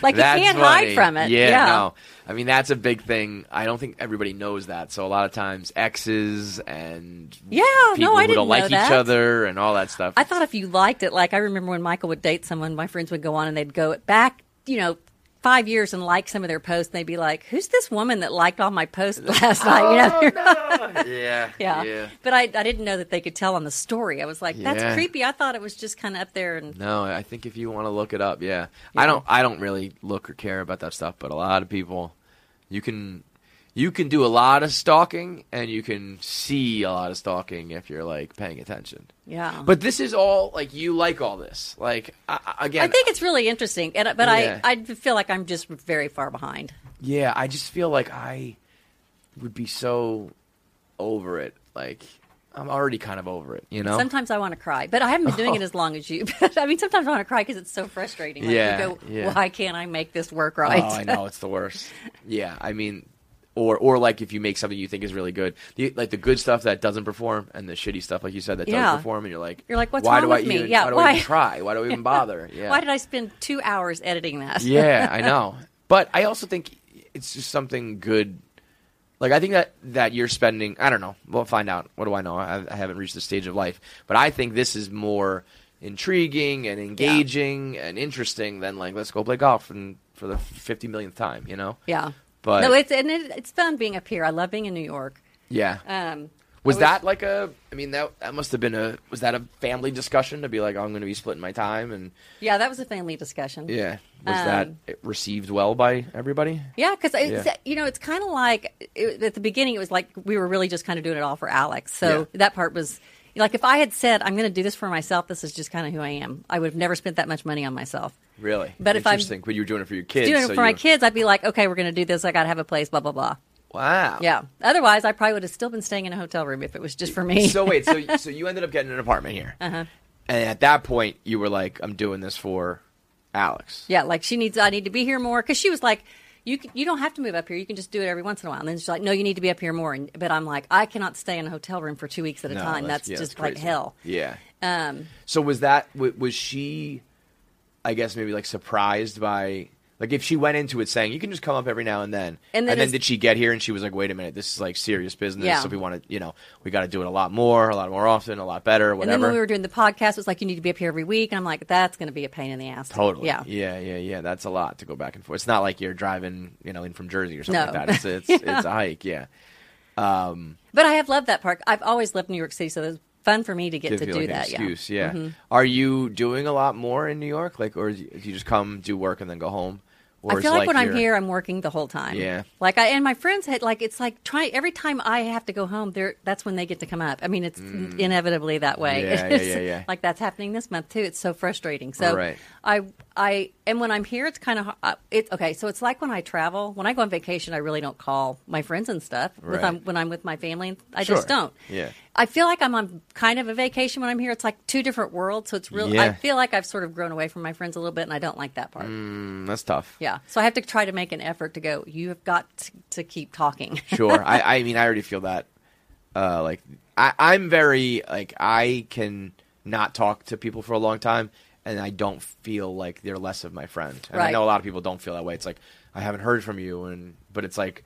C: like
A: That's
C: you can't
A: funny.
C: hide from it.
A: Yeah, no. I mean, that's a big thing. I don't think everybody knows that. So a lot of times, exes and
C: Yeah,
A: people
C: Oh, no, I
A: who
C: didn't
A: don't like
C: know
A: each
C: that.
A: other and all that stuff.
C: I thought if you liked it, like I remember when Michael would date someone, my friends would go on and they'd go back, you know, five years and like some of their posts. And they'd be like, "Who's this woman that liked all my posts last night?"
A: Oh.
C: You know?
A: yeah,
C: Oh, yeah. But I, I didn't know that they could tell on the story. I was like, "That's
A: Yeah.
C: creepy." I thought it was just kind of up there and
A: No, I think if you want to look it up, yeah. I don't. I don't really look or care about that stuff. But a lot of people, you can, you can do a lot of stalking, and you can see a lot of stalking if you're like paying attention.
C: yeah.
A: But this is all like you like all this. Like I, I- again,
C: I think it's really interesting, and but
A: Yeah.
C: I I feel like I'm just very far behind.
A: Yeah, I just feel like I would be so over it. Like I'm already kind of over it, you know.
C: Sometimes I want to cry, but I haven't been doing it as long as you. But I mean, sometimes I want to cry because it's so frustrating. Like,
A: Yeah,
C: you go,
A: yeah.
C: why can't I make this work
A: oh,
C: right?
A: I know it's the worst. yeah, I mean, or or like if you make something you think is really good, the, like the good stuff that doesn't perform, and the shitty stuff, like you said, that
C: Yeah.
A: does perform, and you're like,
C: You're like, what's
A: why
C: wrong
A: do I
C: with me?
A: Even,
C: Yeah,
A: why do I
C: why-
A: even try? Why do I even bother? Yeah.
C: Why did I spend two hours editing that?
A: yeah, I know. But I also think it's just something good. Like I think that that you're spending. I don't know. We'll find out. What do I know? I, I haven't reached the stage of life, but I think this is more intriguing and engaging and interesting than like let's go play golf and for the fifty millionth time. You know.
C: Yeah.
A: But-
C: no, it's and it, it's fun being up here. I love being in New York.
A: Yeah.
C: Um,
A: was
C: I
A: that like a? I mean that that must have been a. Was that a family discussion to be like I'm going to be splitting my time and
C: Yeah, that was a family discussion.
A: yeah. Was
C: Um,
A: that received well by everybody?
C: Yeah, because
A: Yeah.
C: you know it's kind of like it, at the beginning it was like we were really just kind of doing it all for Alex. So
A: Yeah.
C: that part was like if I had said I'm going to do this for myself, this is just kind of who I am. I would have never spent that much money on myself.
A: Really?
C: But if I'm-
A: interesting. But you were doing it for your kids.
C: doing it
A: so
C: for my
A: you-
C: kids, I'd be like, okay, we're going to do this. I got to have a place. Blah blah blah.
A: Wow.
C: Yeah. Otherwise, I probably would have still been staying in a hotel room if it was just for me.
A: So wait, so so you ended up getting an apartment here, uh-huh. and at that point you were like, "I'm doing this for Alex."
C: Yeah, like she needs. I need to be here more because she was like, "You can, you don't have to move up here. You can just do it every once in a while." And then she's like, "No, you need to be up here more." And, but I'm like, I cannot stay in a hotel room for two weeks at a
A: No,
C: time. That's,
A: yeah,
C: just
A: that's
C: like
A: crazy.
C: hell.
A: Yeah.
C: Um,
A: So was that wa- was she? I guess maybe like surprised by like if she went into it saying you can just come up every now and then,
C: And then it's-
A: did she get here and she was like, "Wait a minute, this is like serious business.
C: Yeah.
A: So we want to, you know, we got to do it a lot more, a lot more often, a lot better,
C: and
A: whatever."
C: then when we were doing the podcast, it was like, "You need to be up here every week." And I'm like, "That's going to be a pain in the ass."
A: Totally.
C: Yeah.
A: Yeah. Yeah. Yeah. That's a lot to go back and forth. It's not like you're driving, you know, in from Jersey or something
C: No.
A: like that. It's it's, it's a hike. Yeah.
C: But I have loved that park. I've always loved New York City, so it was fun for me to get
A: Gives
C: to
A: you,
C: do
A: like, an
C: that. Mm-hmm.
A: excuse. Yeah. Are you doing a lot more in New York? Like, or do you do you just come, do work, and then go home? Or
C: I
A: is
C: feel like, when I'm
A: you're-
C: here, I'm working the whole time.
A: Yeah.
C: Like I and my friends had like it's like try every time I have to go home, there that's when they get to come up. I mean, it's inevitably that
A: Mm.
C: way.
A: Yeah, yeah,
C: It's
A: yeah, yeah.
C: Like that's happening this month too. It's so frustrating. So
A: Right.
C: I I and when I'm here, it's kind of it. Okay, so it's like when I travel. When I go on vacation, I really don't call my friends and stuff. With,
A: Right.
C: I'm, when I'm with my family, I just
A: Sure.
C: don't.
A: Yeah.
C: I feel like I'm on kind of a vacation when I'm here. It's like two different worlds. So it's real. I
A: Yeah.
C: feel like I've sort of grown away from my friends a little bit, and I don't like that part.
A: Mm, that's tough.
C: Yeah. So I have to try to make an effort to go, you have got t- to keep talking.
A: sure. I, I mean, I already feel that. Uh, like, I, I'm very like I can not talk to people for a long time, and I don't feel like they're less of my friend. And I
C: Right.
A: know a lot of people don't feel that way. It's like I haven't heard from you, and but it's like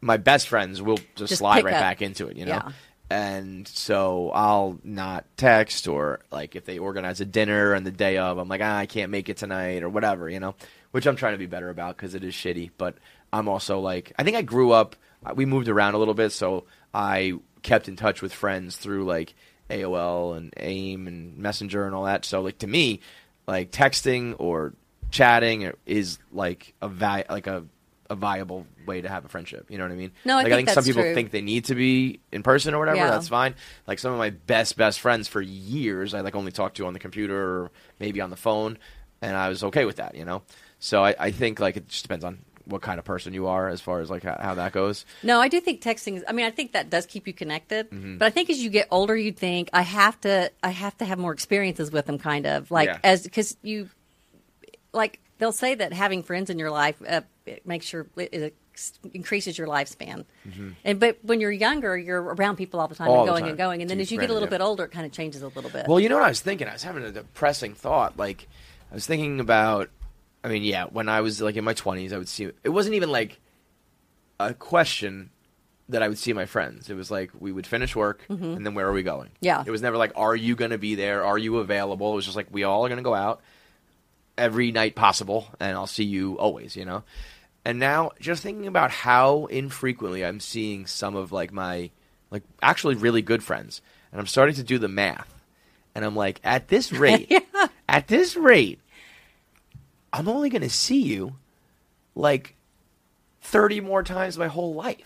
A: my best friends will just,
C: Just
A: slide
C: pick
A: right
C: up.
A: back into it, you know.
C: Yeah.
A: And so I'll not text or like if they organize a dinner and the day of, I'm like, ah, I can't make it tonight or whatever, you know, which I'm trying to be better about because it is shitty. But I'm also like, I think I grew up, uh, we moved around a little bit. So I kept in touch with friends through like AOL and AIM and Messenger and all that. So like to me, like texting or chatting is like a vi- like a, a viable way to have a friendship. You know what I mean?
C: No, I
A: like,
C: think
A: I think some
C: that's
A: people
C: true.
A: think they need to be in person or whatever.
C: Yeah.
A: That's fine. Like some of my best best friends for years, I like only talked to on the computer or maybe on the phone, and I was okay with that, you know. So I, I think like it just depends on what kind of person you are as far as like how, how that goes.
C: no, I do think texting is, I mean, I think that does keep you connected.
A: Mm-hmm.
C: But I think as you get older, you think, I have to, I have to have more experiences with them, kind of like,
A: Yeah.
C: as, because you, like, they'll say that having friends in your life uh, it makes your, it, it s- increases your lifespan. And but when you're younger, you're around people all the time,
A: Mm-hmm. All
C: and
A: the
C: going
A: time.
C: and going, and then
A: Dude,
C: as you get a
A: Brandon,
C: little
A: yeah.
C: bit older, it kind of changes a little bit.
A: Well, you know what I was thinking? I was having a depressing thought. Like, I was thinking about, I mean, yeah, when I was like in my 20s, I would see, it wasn't even like a question that I would see my friends. It was like, we would finish work and then where are we going?
C: Yeah.
A: It was never like, are you going to be there? Are you available? It was just like, we all are going to go out every night possible and I'll see you always, you know? And now just thinking about how infrequently I'm seeing some of like my like actually really good friends and I'm starting to do the math and I'm like at this rate at this rate I'm only going to see you like 30 more times my whole life.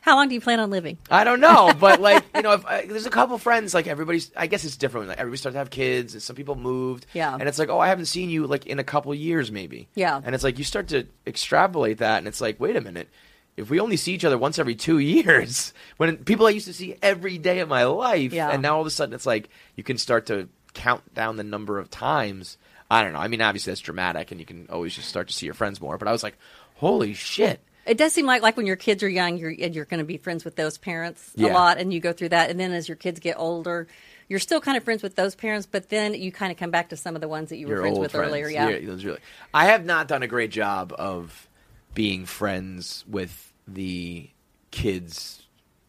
C: How long do you plan on living?
A: I don't know, but like you know, if I, there's a couple friends like everybody's. I guess it's different. Like everybody started to have kids, and some people moved.
C: Yeah.
A: and it's like, oh, I haven't seen you like in a couple years, maybe.
C: Yeah.
A: and it's like you start to extrapolate that, and it's like, wait a minute, if we only see each other once every two years, when people I used to see every day of my life,
C: Yeah.
A: and now all of a sudden it's like you can start to count down the number of times. I don't know. I mean, obviously that's dramatic, and you can always just start to see your friends more. But I was like, holy shit.
C: It does seem like like when your kids are young, you're and you're going to be friends with those parents a
A: Yeah.
C: lot, and you go through that. And then as your kids get older, you're still kind of friends with those parents, but then you kind of come back to some of the ones that you were friends with earlier. Yeah,
A: those really- I have not done a great job of being friends with the kids'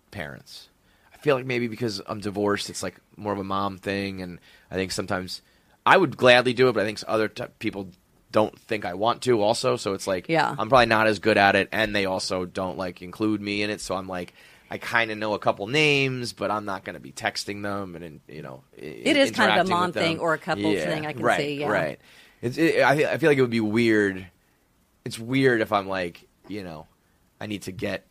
A: parents. I feel like maybe because I'm divorced, it's like more of a mom thing, and I think sometimes I would gladly do it, but I think other t- people don't think I want to. Also, so it's like
C: Yeah.
A: I'm probably not as good at it, and they also don't like include me in it. So I'm like. I kind of know a couple names, but I'm not going to be texting them, and, and you know,
C: It is kind of a mom thing or a couple
A: couple
C: thing, I can
A: right,
C: see, yeah.
A: right. It's, it, I, feel- I feel like it would be weird. It's weird if I'm like, you know, I need to get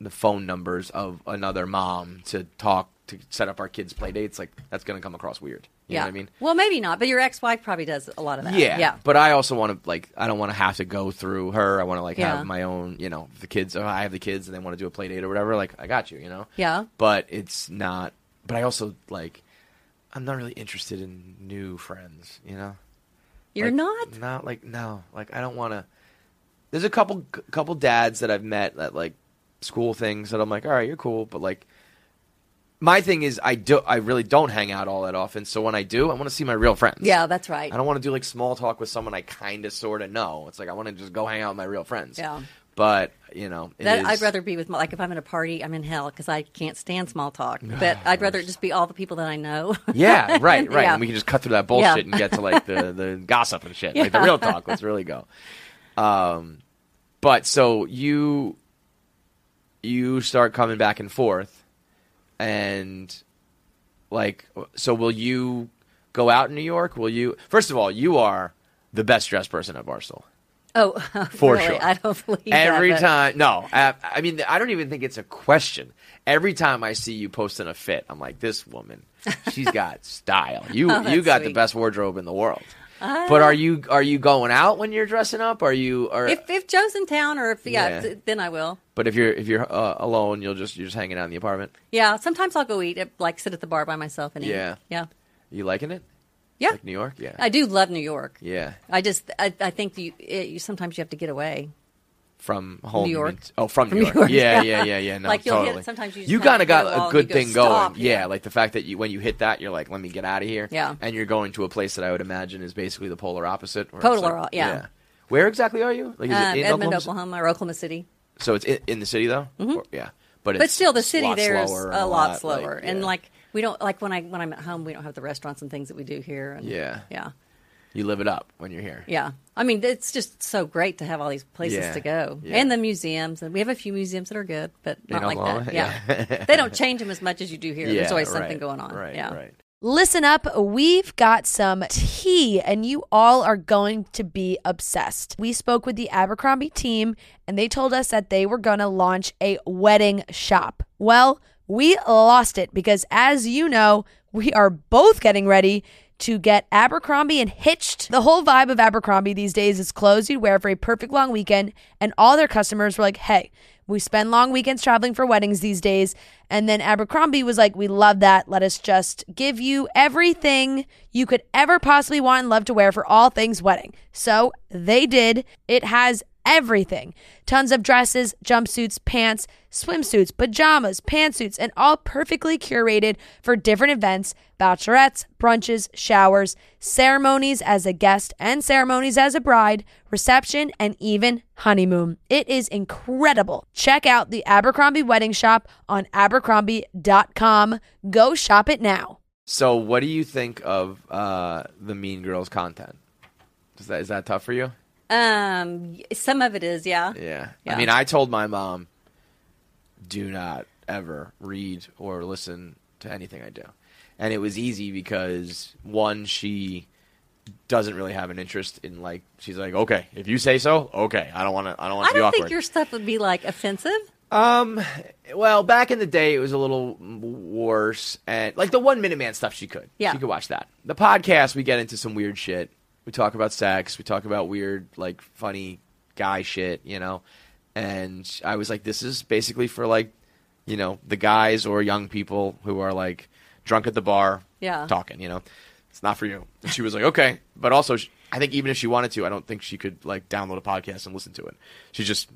A: the phone numbers of another mom to talk to set up our kids' play dates. Like that's going to come across weird. You
C: yeah.
A: know what I mean?
C: well, maybe not, but your ex-wife probably does a lot of that.
A: Yeah,
C: yeah.
A: But I also want to like I don't want to have to go through her. I want to like
C: Yeah.
A: have my own. You know, if the kids. If I have the kids and they want to do a play date or whatever. Like I got you. You know.
C: Yeah.
A: But it's not. But I also like. I'm not really interested in new friends. You know.
C: you're
A: Like,
C: not.
A: Not like no. Like I don't want to. There's a couple couple dads that I've met at like school things that I'm like, all right, you're cool, but like. My thing is, I do. I really don't hang out all that often. So when I do, I want to see my real friends.
C: Yeah, that's right.
A: I don't want to do like small talk with someone I kind of sort of know. It's like I want to just go hang out with my real friends.
C: Yeah.
A: But you know, it
C: That,
A: is-
C: I'd rather be with my, like if I'm at a party, I'm in hell because I can't stand small talk. But I'd rather it just be all the people that I know.
A: Yeah, right, right.
C: Yeah.
A: And we can just cut through that bullshit and
C: Yeah.
A: get to like the, the gossip and shit, like the
C: Yeah.
A: real talk. Let's really go. Um, but so you you start coming back and forth, and like, so will you go out in New York? Will you? First of all, you are the best dressed person at Barstool.
C: oh,
A: For
C: really?
A: sure.
C: I don't believe that,
A: Every
C: but-
A: time, no. I, I mean, I don't even think it's a question. Every time I see you posting a fit, I'm like, this woman, she's got style. You,
C: Oh, that's
A: you got the
C: sweet. Ah.
A: best wardrobe in the world. but are you are you going out when you're dressing up? Are you? Are,
C: If if Joe's in town or if yeah,
A: Yeah.
C: th- then I will.
A: but if you're if you're uh, alone, you'll just you're just hanging out in the apartment.
C: Yeah, sometimes I'll go eat, at, like sit at the bar by myself and eat.
A: Yeah.
C: yeah,
A: You liking it?
C: yeah.
A: Like New York? Yeah.
C: I do love New York.
A: yeah.
C: I just I, I think you, it, you sometimes you have to get away.
A: From home,
C: New
A: you
C: York.
A: mean? Oh, from,
C: From
A: New
C: New
A: York.
C: York,
A: Yeah,
C: yeah.
A: yeah, yeah, yeah. No,
C: Like, you'll hit-
A: totally.
C: sometimes you just
A: you
C: kinda
A: kind of
C: hit a wall
A: got a
C: and
A: good
C: you go,
A: thing
C: "Stop,"
A: going.
C: you
A: Yeah,
C: know?
A: like the fact that you when you hit that, you're like, let me get out of here.
C: Yeah.
A: and you're going to a place that I would imagine is basically the polar opposite. where it's
C: Polar
A: like-
C: o- yeah.
A: Where exactly are you? Like, is
C: Um,
A: it in
C: Edmond,
A: Oklahoma?
C: Oklahoma or Oklahoma City.
A: So it's in, in the city though. Or- yeah, but it's
C: but still the
A: it's
C: city
A: a lot
C: there is
A: slower and
C: a lot,
A: like,
C: slower and
A: yeah.
C: like we don't like when i when i'm at home we don't have the restaurants and things that we do here and
A: Yeah.
C: yeah
A: you live it up when you're here.
C: yeah i mean it's just so great to have all these places
A: Yeah.
C: to go
A: Yeah.
C: and the museums and we have a few museums that are good but not like
A: Oklahoma?
C: that yeah, they don't change them as much as you do here there's
A: Yeah,
C: always
A: right,
C: something going on
A: Right,
C: yeah
A: right.
B: Listen up, we've got some tea, and you all are going to be obsessed. We spoke with the Abercrombie team, and they told us that they were going to launch a wedding shop. Well, we lost it because, as you know, we are both getting ready to get Abercrombie and Hitched. The whole vibe of Abercrombie these days is clothes you'd wear for a perfect long weekend, and all their customers were like, hey, We spend long weekends traveling for weddings these days. And then Abercrombie was like, We love that. Let us just give you everything you could ever possibly want and love to wear for all things wedding. So they did. It has everything tons of dresses, jumpsuits, pants, swimsuits, pajamas, pantsuits, and all perfectly curated for different events bachelorettes, brunches, showers, ceremonies as a guest and ceremonies as a bride, reception, and even honeymoon. It is incredible. Check out the Abercrombie Wedding Shop on Abercrombie.com. Go shop it now.
A: So, what do you think of uh, the Mean Girls content? Is that is that tough for you?
C: Um, some of it is, yeah.
A: Yeah.
C: Yeah.
A: I mean, I told my mom, do not ever read or listen to anything I do. And it was easy because, one, she doesn't really have an interest in like she's like okay if you say so okay i don't want to i don't want
C: I
A: to be
C: don't
A: awkward
C: think your stuff would be like offensive.
A: Well, back in the day, it was a little worse, and like the one minute man stuff, she could.
C: Yeah.
A: she could watch that. The podcast, we get into some weird shit. We talk about sex. We talk about weird, like funny guy shit, you know. And I was like, this is basically for like, you know, the guys or young people who are like drunk at the bar,
C: Yeah.
A: talking, you know. It's not for you. And she was like, okay, but also, sh I think even if she wanted to, I don't think she could like download a podcast and listen to it. She just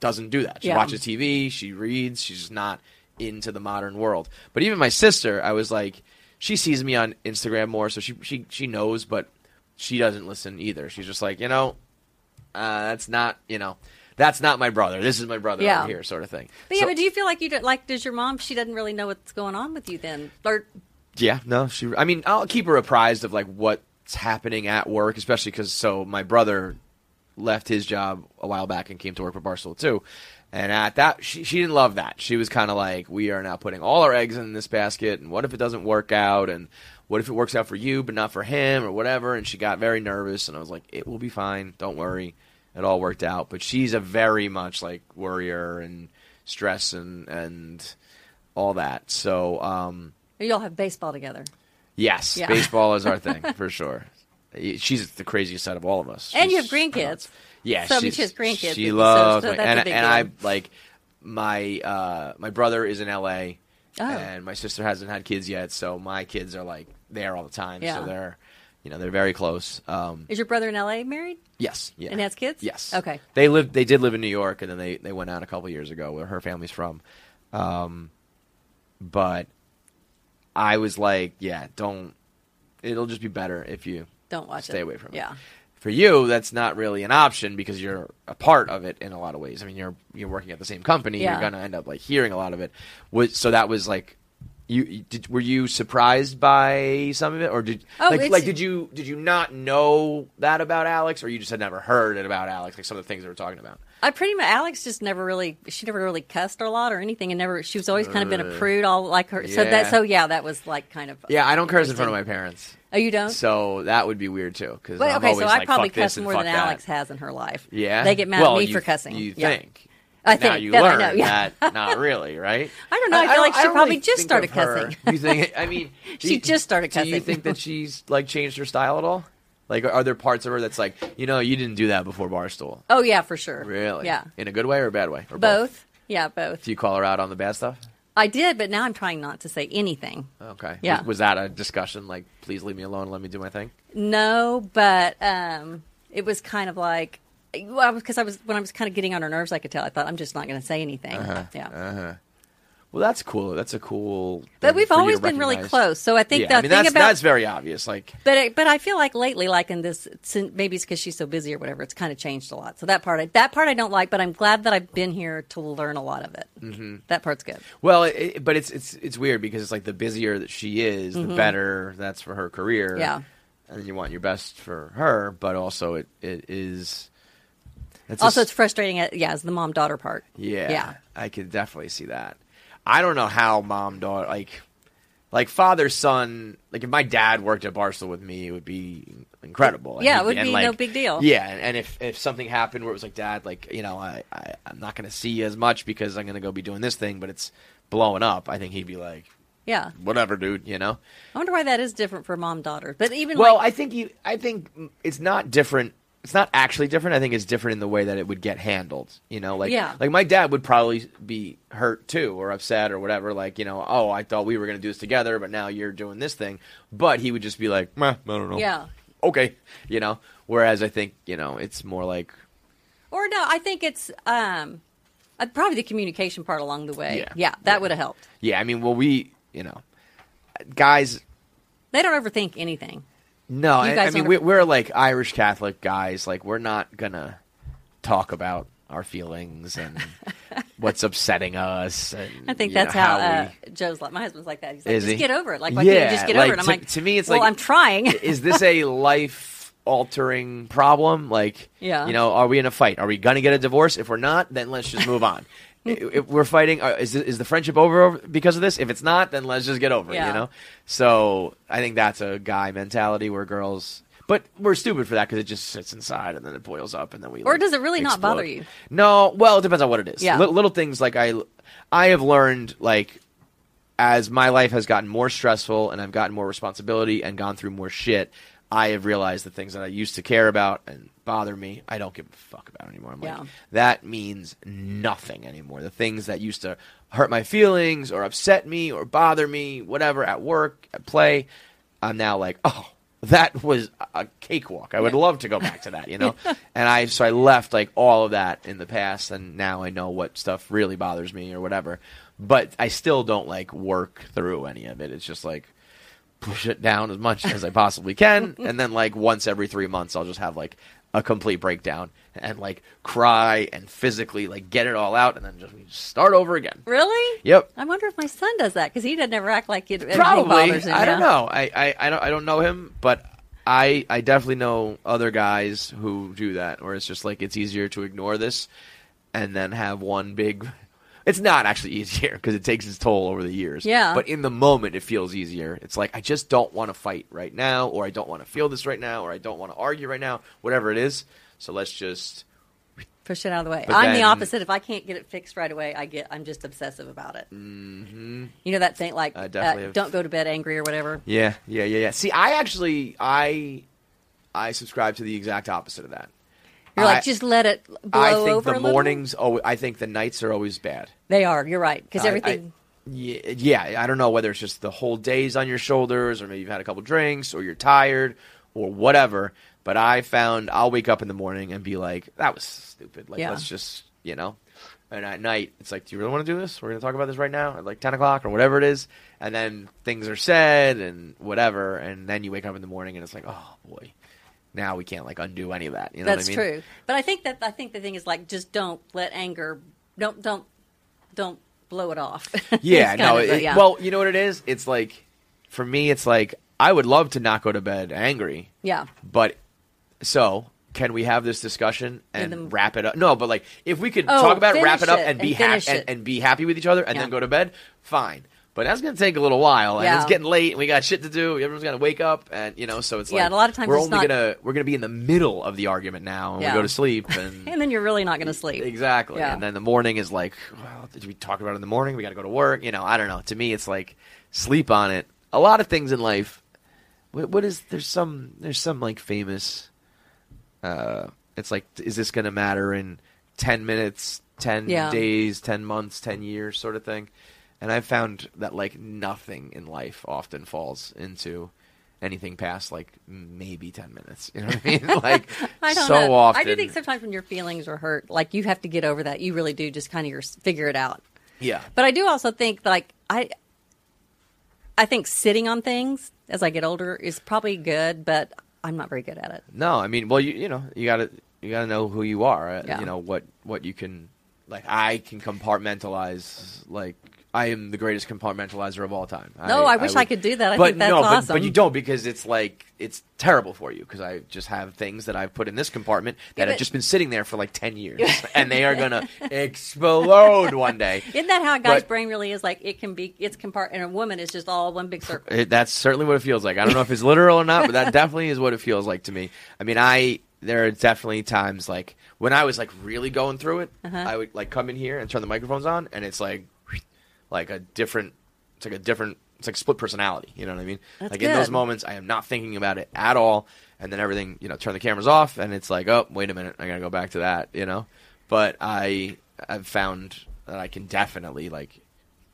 A: doesn't do that. She
C: Yeah.
A: watches TV, she reads, she's just not into the modern world. But even my sister, I was like, she sees me on Instagram more, so she she she knows, but she doesn't listen either. She's just like, you know, uh, that's not you know, that's not my brother. This is my brother
C: Yeah.
A: over here, sort of thing.
C: But
A: So-
C: yeah, but do you feel like you don't like? Does your mom? She doesn't really know what's going on with you then, or
A: Yeah, no, she. I mean, I'll keep her apprised of like what's happening at work, especially because so my brother left his job a while back and came to work for Barstool too. And at that, she, she didn't love that. She was kind of like, "We are now putting all our eggs in this basket, and what if it doesn't work out? And what if it works out for you but not for him, or whatever?" And she got very nervous. And I was like, "It will be fine. Don't worry. It all worked out." But she's a very much like worrier and stress and and all that. So. um
C: y'all have baseball together?
A: Yes,
C: Yeah.
A: baseball is our thing for sure. She's the craziest out of all of us.
C: And you
A: She's
C: have grandkids.
A: yeah,
C: So, I mean,
A: she's-
C: she has grandkids,
A: She
C: so-
A: loves
C: so
A: me.
C: that's a
A: and
C: big
A: and
C: deal.
A: I like my uh, my brother is in L.A.
C: Oh.
A: and my sister hasn't had kids yet, so my kids are like there all the time.
C: Yeah.
A: So they're you know they're very close. Um,
C: Is your brother in L.A. married?
A: yes, yeah,
C: And has kids?
A: Yes,
C: Okay.
A: They lived they did live in New York, and then they they went out a couple years ago where her family's from. Um, but I was like, yeah, don't. It'll just be better if you
C: Don't watch
A: stay
C: it.
A: away from it.
C: Yeah.
A: For you, that's not really an option because you're a part of it in a lot of ways. I mean, you're you're working at the same company.
C: Yeah.
A: You're gonna end up like hearing a lot of it. Was so that was like, you you- did, were you surprised by some of it, or did
C: Oh,
A: like
C: it's-
A: like did you did you not know that about Alex, or you just had never heard it about Alex, like some of the things they were talking about?
C: I pretty much Alex just never really she never really cussed a lot or anything and never she was always kind of been a prude all like her so that
A: Uh, yeah.
C: so yeah that was like kind of
A: Yeah, I don't curse in front of my parents,
C: oh you don't
A: so that would be weird too. Because
C: But
A: I'm
C: okay,
A: always
C: so I
A: like,
C: probably
A: fuck this
C: cuss
A: and
C: more
A: fuck
C: than
A: that.
C: Alex has in her life.
A: Yeah,
C: they get mad
A: Well,
C: at me
A: you-
C: for cussing.
A: You
C: Yeah.
A: think?
C: I
A: Now
C: think
A: you
C: that I
A: learn
C: know, yeah.
A: that not really, right?
C: I don't know, I feel like she
A: don't
C: probably just
A: think
C: started
A: of her-
C: cussing.
A: You think? I mean, do
C: She
A: you-
C: just started
A: Do you
C: cussing.
A: think that she's like changed her style at all? Like, are there parts of her that's like, you know, you didn't do that before Barstool?
C: Oh yeah, for sure.
A: Really?
C: Yeah.
A: In a good way or a bad way? Or
C: Both. Yeah, both.
A: Do you call her out on the bad stuff?
C: I did, but now I'm trying not to say anything.
A: Okay.
C: Yeah.
A: Was, was that a discussion? Like, please leave me alone. Let me do my thing.
C: No, but um, it was kind of like well, because I was when I was kind of getting on her nerves, I could tell. I thought I'm just not going to say anything.
A: Uh-huh.
C: Yeah.
A: Well, that's cool. That's a cool.
C: But
A: thing
C: we've
A: for you to
C: always been really
A: recognize.
C: close, so I think
A: Yeah,
C: the
A: I mean
C: thing
A: that's
C: about
A: that's very obvious. Like,
C: But I, but I feel like lately, like in this, sin- maybe it's because she's so busy or whatever. It's kind of changed a lot. So that part, I, that part I don't like. But I'm glad that I've been here to learn a lot of it. Mm-hmm. That part's good.
A: Well, it- it, but it's it's it's weird because it's like the busier that she is, the better that's for her career.
C: Mm-hmm. Yeah.
A: and you want your best for her, but also it it is. It's
C: also,
A: a
C: it's frustrating. uh, Yeah, it's the mom daughter part.
A: yeah,
C: yeah.
A: I could definitely see that. I don't know how mom daughter like like father son like if my dad worked at Barstool with me, it would be incredible. And
C: Yeah, it would
A: he'd- and,
C: be no big deal.
A: Yeah, and, and if if something happened where it was like dad, like you know, I, I I'm not going to see you as much because I'm going to go be doing this thing, but it's blowing up. I think he'd be like,
C: Yeah.
A: whatever, dude. You know.
C: I wonder why that is different for mom daughter. But even
A: Well,
C: like,
A: I think you. I think it's not different it's not actually different. I think it's different in the way that it would get handled. You know, like
C: Yeah.
A: like my dad would probably be hurt too or upset or whatever. Like you know, oh, I thought we were going to do this together, but now you're doing this thing. But he would just be like, Meh, I don't know.
C: Yeah.
A: Okay. You know. Whereas I think you know it's more like
C: Or no, I think it's um, uh, probably the communication part along the way.
A: Yeah.
C: that would have helped.
A: yeah. I mean, well, we you know, guys
C: They don't overthink anything.
A: No,
C: You
A: I- I
C: guys
A: mean
C: wanna-
A: we, we're like Irish Catholic guys. Like we're not gonna talk about our feelings and what's upsetting us. And,
C: I think
A: you know,
C: that's how, uh,
A: we-
C: Joe's like. My husband's like that. He's like,
A: Is
C: just
A: he?
C: get over it. Like, why can't you
A: Yeah,
C: just get
A: like,
C: over it? I'm
A: to-
C: like,
A: to me, it's
C: well,
A: like-
C: I'm trying.
A: is this a life altering problem? Like,
C: Yeah.
A: you know, are we in a fight? Are we gonna get a divorce? If we're not, then let's just move on. I- if we're fighting, uh, is th- is the friendship over over- because of this? If it's not, then let's just get over it.
C: Yeah.
A: You know. So I think that's a guy mentality where girls. But we're stupid for that because it just sits inside and then it boils up and then we.
C: Or
A: like,
C: does it really not bother you?
A: No, well, it depends on what it is.
C: Yeah.
A: Lit- little things like I, I have learned like as my life has gotten more stressful and I've gotten more responsibility and gone through more shit, I have realized the things that I used to care about and bother me, I don't give a fuck about anymore. I'm
C: Yeah.
A: like, that means nothing anymore. The things that used to hurt my feelings or upset me or bother me, whatever, at work, at play, I'm now like, oh, that was a- a cakewalk. I would love to go back to that, you know? and I, so I left like all of that in the past and now I know what stuff really bothers me or whatever. But I still don't like work through any of it. It's just like, push it down as much as I possibly can, and then like once every three months, I'll just have like a complete breakdown and like cry and physically like get it all out, and then just, we just start over again.
C: Really?
A: Yep.
C: I wonder if my son does that because he doesn't ever act like it. everything
A: Probably.
C: bothers him,
A: I don't
C: yeah.
A: know. I, I, I don't I don't know him, but I I definitely know other guys who do that, where it's just like it's easier to ignore this and then have one big. It's not actually easier because it takes its toll over the years.
C: Yeah.
A: But in the moment, it feels easier. It's like I just don't want to fight right now, or I don't want to feel this right now, or I don't want to argue right now, whatever it is. So let's just
C: Push it out of the way.
A: But
C: I'm the
A: then-
C: opposite. If I can't get it fixed right away, I get. I'm just obsessive about it. Mm-hmm. You know that thing like,
A: I
C: uh,
A: definitely have-
C: don't go to bed angry or whatever.
A: Yeah, yeah, yeah, yeah. See, I actually I I subscribe to the exact opposite of that.
C: You're
A: I-
C: like, just let it blow
A: I think
C: over. a
A: the
C: little."
A: mornings. Oh, I think the nights are always bad.
C: They are. You're right because
A: I- I-
C: everything.
A: yeah, yeah, I don't know whether it's just the whole day's on your shoulders, or maybe you've had a couple drinks, or you're tired, or whatever. But I found I'll wake up in the morning and be like, "That was stupid." Like,
C: Yeah.
A: let's just, you know. And at night, it's like, "Do you really want to do this? We're going to talk about this right now at like ten o'clock or whatever it is." And then things are said and whatever, and then you wake up in the morning and it's like, "Oh boy, now we can't like undo any of that." You know
C: That's
A: what I mean?
C: true. But I think that I think the thing is like, just don't let anger. Don't don't don't blow it off.
A: Yeah,
C: It's
A: no.
C: kind of the-
A: it-
C: yeah.
A: Well, you know what it is? It's like for me, it's like I would love to not go to bed angry,
C: yeah.
A: but so can we have this discussion and
C: the-
A: wrap it up? No, but like if we could
C: Oh,
A: talk about it, wrap it
C: finish
A: up,
C: it
A: and be
C: and
A: happy
C: finish
A: and,
C: it.
A: and be happy with each other, and
C: Yeah.
A: then go to bed, fine. But that's gonna take a little while, and
C: Yeah.
A: it's getting late. and We got shit to do. Everyone's gonna wake up, and you know, so it's
C: Yeah,
A: like
C: and a lot of times
A: we're
C: it's
A: only
C: not-
A: gonna we're gonna be in the middle of the argument now, and
C: Yeah.
A: we go to sleep, and
C: And then you're really not going to sleep.
A: Exactly.
C: Yeah.
A: And then the morning is like, well, did we talk about it in the morning? We got to go to work. You know, I don't know. To me, it's like sleep on it. A lot of things in life. What, what is there's some there's some like famous. Uh, it's like, is this going to matter in ten minutes, ten
C: Yeah.
A: days, ten months, ten years, sort of thing? And I've found that like nothing in life often falls into anything past like maybe ten minutes. You know what I mean? Like
C: I don't
A: so
C: know.
A: often.
C: I do think sometimes when your feelings are hurt, like you have to get over that. You really do just kind of your, figure it out.
A: Yeah.
C: But I do also think like I I think sitting on things as I get older is probably good, but I'm not very good at it.
A: No, I mean, well, you you know, you gotta you gotta know who you are. uh,
C: Yeah.
A: You know what what you can. Like I can compartmentalize. Like I am the greatest compartmentalizer of all time.
C: No, I wish I could do that. I
A: but
C: think that's
A: no, but,
C: awesome.
A: but you don't because it's like it's terrible for you because I just have things that I've put in this compartment that
C: Yeah,
A: have
C: but-
A: just been sitting there for like ten years, and they are gonna explode one day.
C: Isn't that how a guy's
A: But-
C: brain really is? Like it can be, it's compart, and a woman is just all one big circle.
A: It, eh, that's certainly what it feels like. I don't know if it's literal or not, but that definitely is what it feels like to me. I mean, I there are definitely times like when I was like really going through it, I would like come in here and turn the microphones on, and it's like like a different, it's like a different it's like split personality. You know what I mean?
C: That's
A: like in those
C: good.
A: moments, I am not thinking about it at all, and then everything, you know, turn the cameras off, and it's like, oh, wait a minute, I gotta go back to that, you know. But I I've found that I can definitely like,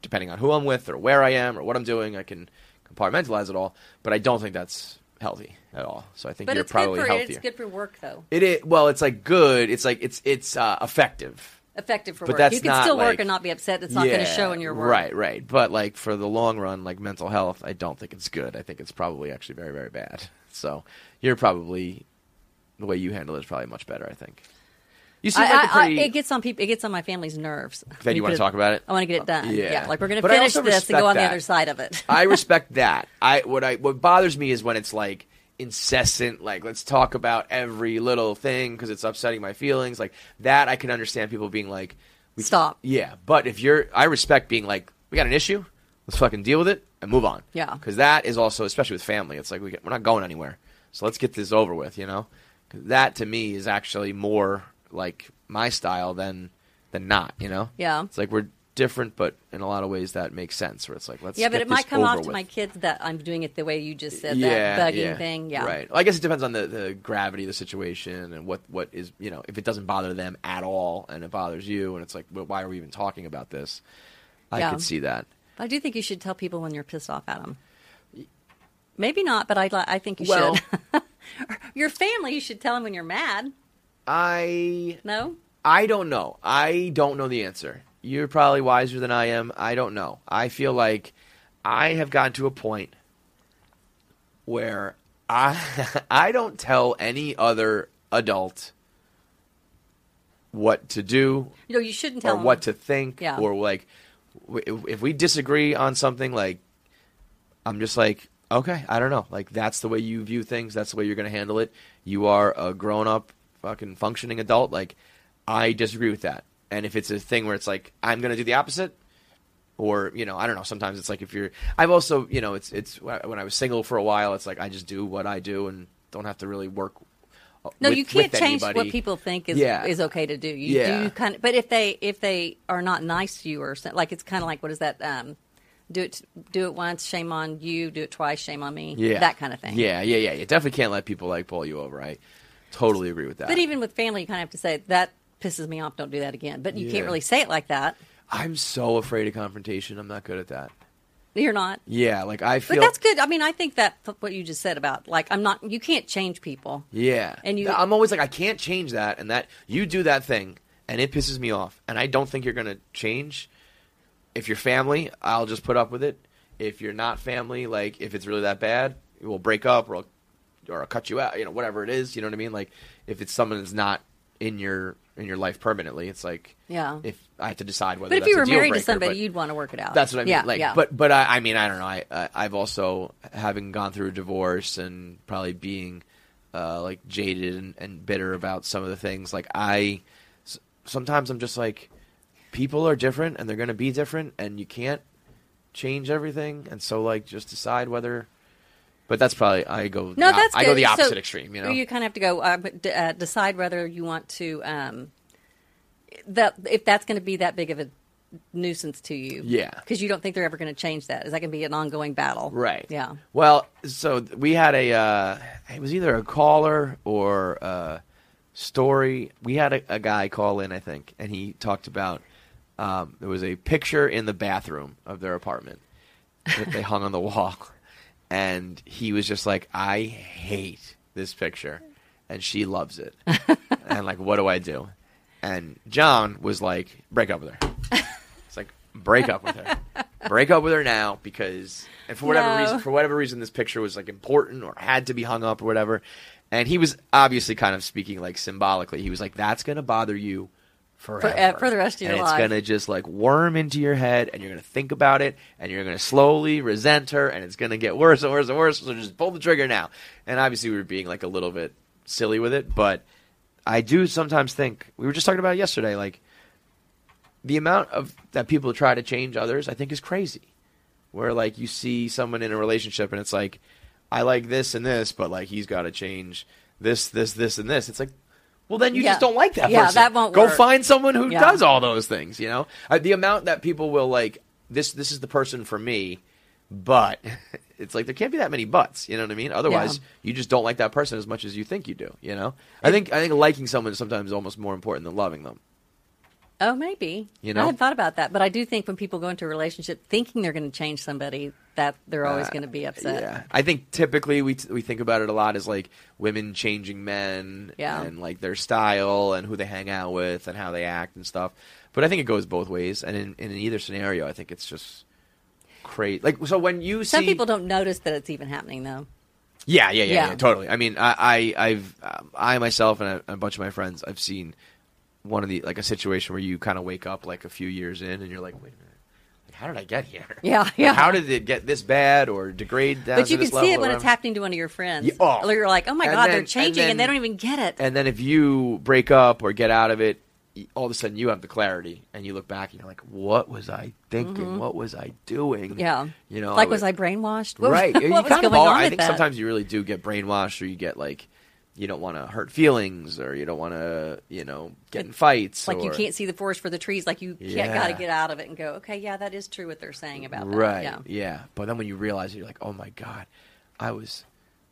A: depending on who I'm with or where I am or what I'm doing, I can compartmentalize it all. But I don't think that's healthy at all. So I think
C: But
A: you're
C: it's
A: probably
C: good for
A: healthier.
C: it's good for work though.
A: It is well. It's like good. It's like it's it's uh, effective.
C: Effective for
A: But
C: work.
A: that's
C: you can
A: not
C: still work
A: like-
C: and not be upset. It's not going to show in your work.
A: Right, right. But like for the long run, like mental health, I don't think it's good. I think it's probably actually very, very bad. So you're probably the way you handle it is probably much better. I think. You seem
C: I,
A: like a
C: I, I,
A: pretty.
C: it gets on people. It gets on my family's nerves.
A: Then you
C: Put
A: wanna talk about it?
C: I want to get it done.
A: Yeah.
C: Yeah, like we're going to
A: But I
C: finish
A: also
C: this and
A: respect
C: go on
A: that.
C: the other side of it.
A: I respect that. I what I what bothers me is when it's like incessant like let's talk about every little thing because it's upsetting my feelings like that i can understand people being like we-
C: Stop.
A: yeah but if you're i respect being like we got an issue let's fucking deal with it and move on
C: Yeah.
A: because that is also especially with family it's like we get, we're not going anywhere so let's get this over with you know 'Cause that to me is actually more like my style than than not you know
C: Yeah.
A: it's like we're different but in a lot of ways that makes sense where it's like let's
C: yeah, but
A: get
C: it might
A: this
C: come off
A: over
C: to
A: with
C: my kids that I'm doing it the way you just said that bugging thing. Yeah,
A: right. Well, I guess it depends on the, the gravity of the situation and what, what is you know if it doesn't bother them at all and it bothers you and it's like well, why are we even talking about this? I
C: Yeah.
A: could see that.
C: But I do think you should tell people when you're pissed off at them. Maybe not, but I li- I think you
A: Well-
C: should. your family, you should tell them when you're mad.
A: I
C: No,
A: I don't know. I don't know the answer. You're probably wiser than I am. I don't know. I feel like I have gotten to a point where I I don't tell any other adult what to do
C: no, you shouldn't
A: or
C: tell them
A: what to think
C: Yeah.
A: or like w- if we disagree on something like i'm just like okay i don't know like that's the way you view things that's the way you're going to handle it you are a grown up fucking functioning adult like i disagree with that and if it's a thing where it's like i'm going to do the opposite or you know i don't know sometimes it's like if you're i've also you know it's it's when i was single for a while it's like i just do what i do and don't have to really work uh,
C: No,
A: with-
C: you can't
A: with
C: change what
A: anybody.
C: people think is
A: Yeah.
C: is okay to do. You
A: Yeah.
C: do kind of, but if they if they are not nice to you or so, like it's kind of like what is that? Um, do it do it once, shame on you. Do it twice, shame on me.
A: Yeah.
C: that kind of thing.
A: Yeah, yeah, yeah. You definitely can't let people like pull you over. I totally agree with that.
C: But even with family, you kind of have to say that pisses me off. Don't do that again. But you
A: Yeah.
C: can't really say it like that.
A: I'm so afraid of confrontation. I'm not good at that.
C: You're not.
A: Yeah, like I
C: But
A: feel
C: that's good. I mean, I think that what you just said about like I'm not. You can't change people.
A: Yeah.
C: And you-
A: I'm always like I can't change that and that you do that thing and it pisses me off and I don't think you're going to change. If you're family, I'll just put up with it. If you're not family, like if it's really that bad, we'll break up or I'll, or I'll cut you out, you know, whatever it is, you know what I mean? Like if it's someone that's not in your in your life permanently, it's like
C: Yeah.
A: If I have to decide whether
C: But if
A: that's
C: you were
A: a deal
C: married to
A: breaker,
C: somebody,
A: but-
C: you'd want to work it out.
A: That's what I mean.
C: Yeah,
A: like,
C: yeah.
A: but but I, I mean, I don't know. I, I I've also having gone through a divorce and probably being uh, like jaded and, and bitter about some of the things. Like I s- sometimes I'm just like people are different and they're going to be different and you can't change everything. And so like just decide whether. But that's probably I go.
C: No,
A: the,
C: that's
A: Uh, I go
C: good.
A: the
C: So
A: opposite extreme. You know.
C: you kind of have to go uh, d- uh, decide whether you want to um, that if that's going to be that big of a nuisance to you.
A: Yeah.
C: because you don't think they're ever going to change that. Is that going to be an ongoing battle?
A: Right.
C: Yeah.
A: Well, so th- we had a uh, it was either a caller or a story. We had a, a guy call in, I think, and he talked about um, there was a picture in the bathroom of their apartment that they hung on the wall, and he was just like, "I hate this picture," and she loves it, and like, what do I do? And John was like, "Break up with her." It's like break up with her. break up with her now because and for whatever
C: No.
A: reason for whatever reason this picture was like important or had to be hung up or whatever. And he was obviously kind of speaking like symbolically. He was like, That's gonna bother you forever.
C: for the rest of your
A: and
C: life.
A: It's gonna just like worm into your head and you're gonna think about it and you're gonna slowly resent her and it's gonna get worse and worse and worse. So just pull the trigger now. And obviously we were being like a little bit silly with it, but I do sometimes think we were just talking about it yesterday, like the amount of that people try to change others, I think is crazy. Where like you see someone in a relationship and it's like, I like this and this, but like he's got to change this, this, this, and this. It's like, well, then you
C: Yeah.
A: just don't like that
C: Yeah,
A: person.
C: that won't
A: Go
C: work.
A: find someone who
C: Yeah.
A: does all those things. You know, Uh, the amount that people will like this. This is the person for me. but it's like there can't be that many buts. You know what I mean? Otherwise, you just don't like that person as much as you think you do. You know? I think I think liking someone is sometimes almost more important than loving them.
C: Oh, maybe.
A: You know?
C: I hadn't thought about that, but I do think when people go into a relationship thinking they're going to change somebody, that they're always going to be upset.
A: Uh, Yeah, I think typically we t- we think about it a lot as like women changing men,
C: Yeah.
A: and like their style and who they hang out with and how they act and stuff. But I think it goes both ways, and in, in either scenario, I think it's just crazy. Like so, when you
C: Some
A: see
C: people don't notice that it's even happening, though.
A: yeah, yeah, yeah,
C: Yeah.
A: yeah, totally. I mean, I, I I've um, I myself and a, a bunch of my friends, I've seen one of the like a situation where you kind of wake up like a few years in, and you're like, wait a minute, like, how did I get here?
C: Yeah,
A: Like,
C: yeah.
A: how did it get this bad or degrade down
C: But
A: to
C: you can
A: this
C: see
A: level
C: it
A: or
C: when it's
A: whatever?
C: happening to one of your friends.
A: Yeah, oh.
C: Or you're like, oh my
A: And
C: God,
A: then-
C: they're
A: and
C: changing, and,
A: then-
C: they don't even get it.
A: And then if you break up or get out of it, y- all of a sudden you have the clarity and you look back and you're like, what was I thinking? What was I doing?
C: Mm-hmm. yeah.
A: You know,
C: like,
A: I
C: was I brainwashed? What,
A: Right.
C: what
A: you
C: was
A: kind
C: going
A: of are.
C: on
A: I
C: with
A: think
C: that?
A: sometimes you really do get brainwashed or you get like, you don't want to hurt feelings or you don't want to, you know, get in fights.
C: like you
A: or-
C: can't see the forest for the trees. Like you
A: Yeah.
C: can't got to get out of it and go. Okay, yeah, that is true what they're saying about that.
A: Right.
C: Yeah.
A: Yeah. But then when you realize it, you're like, oh my god, I was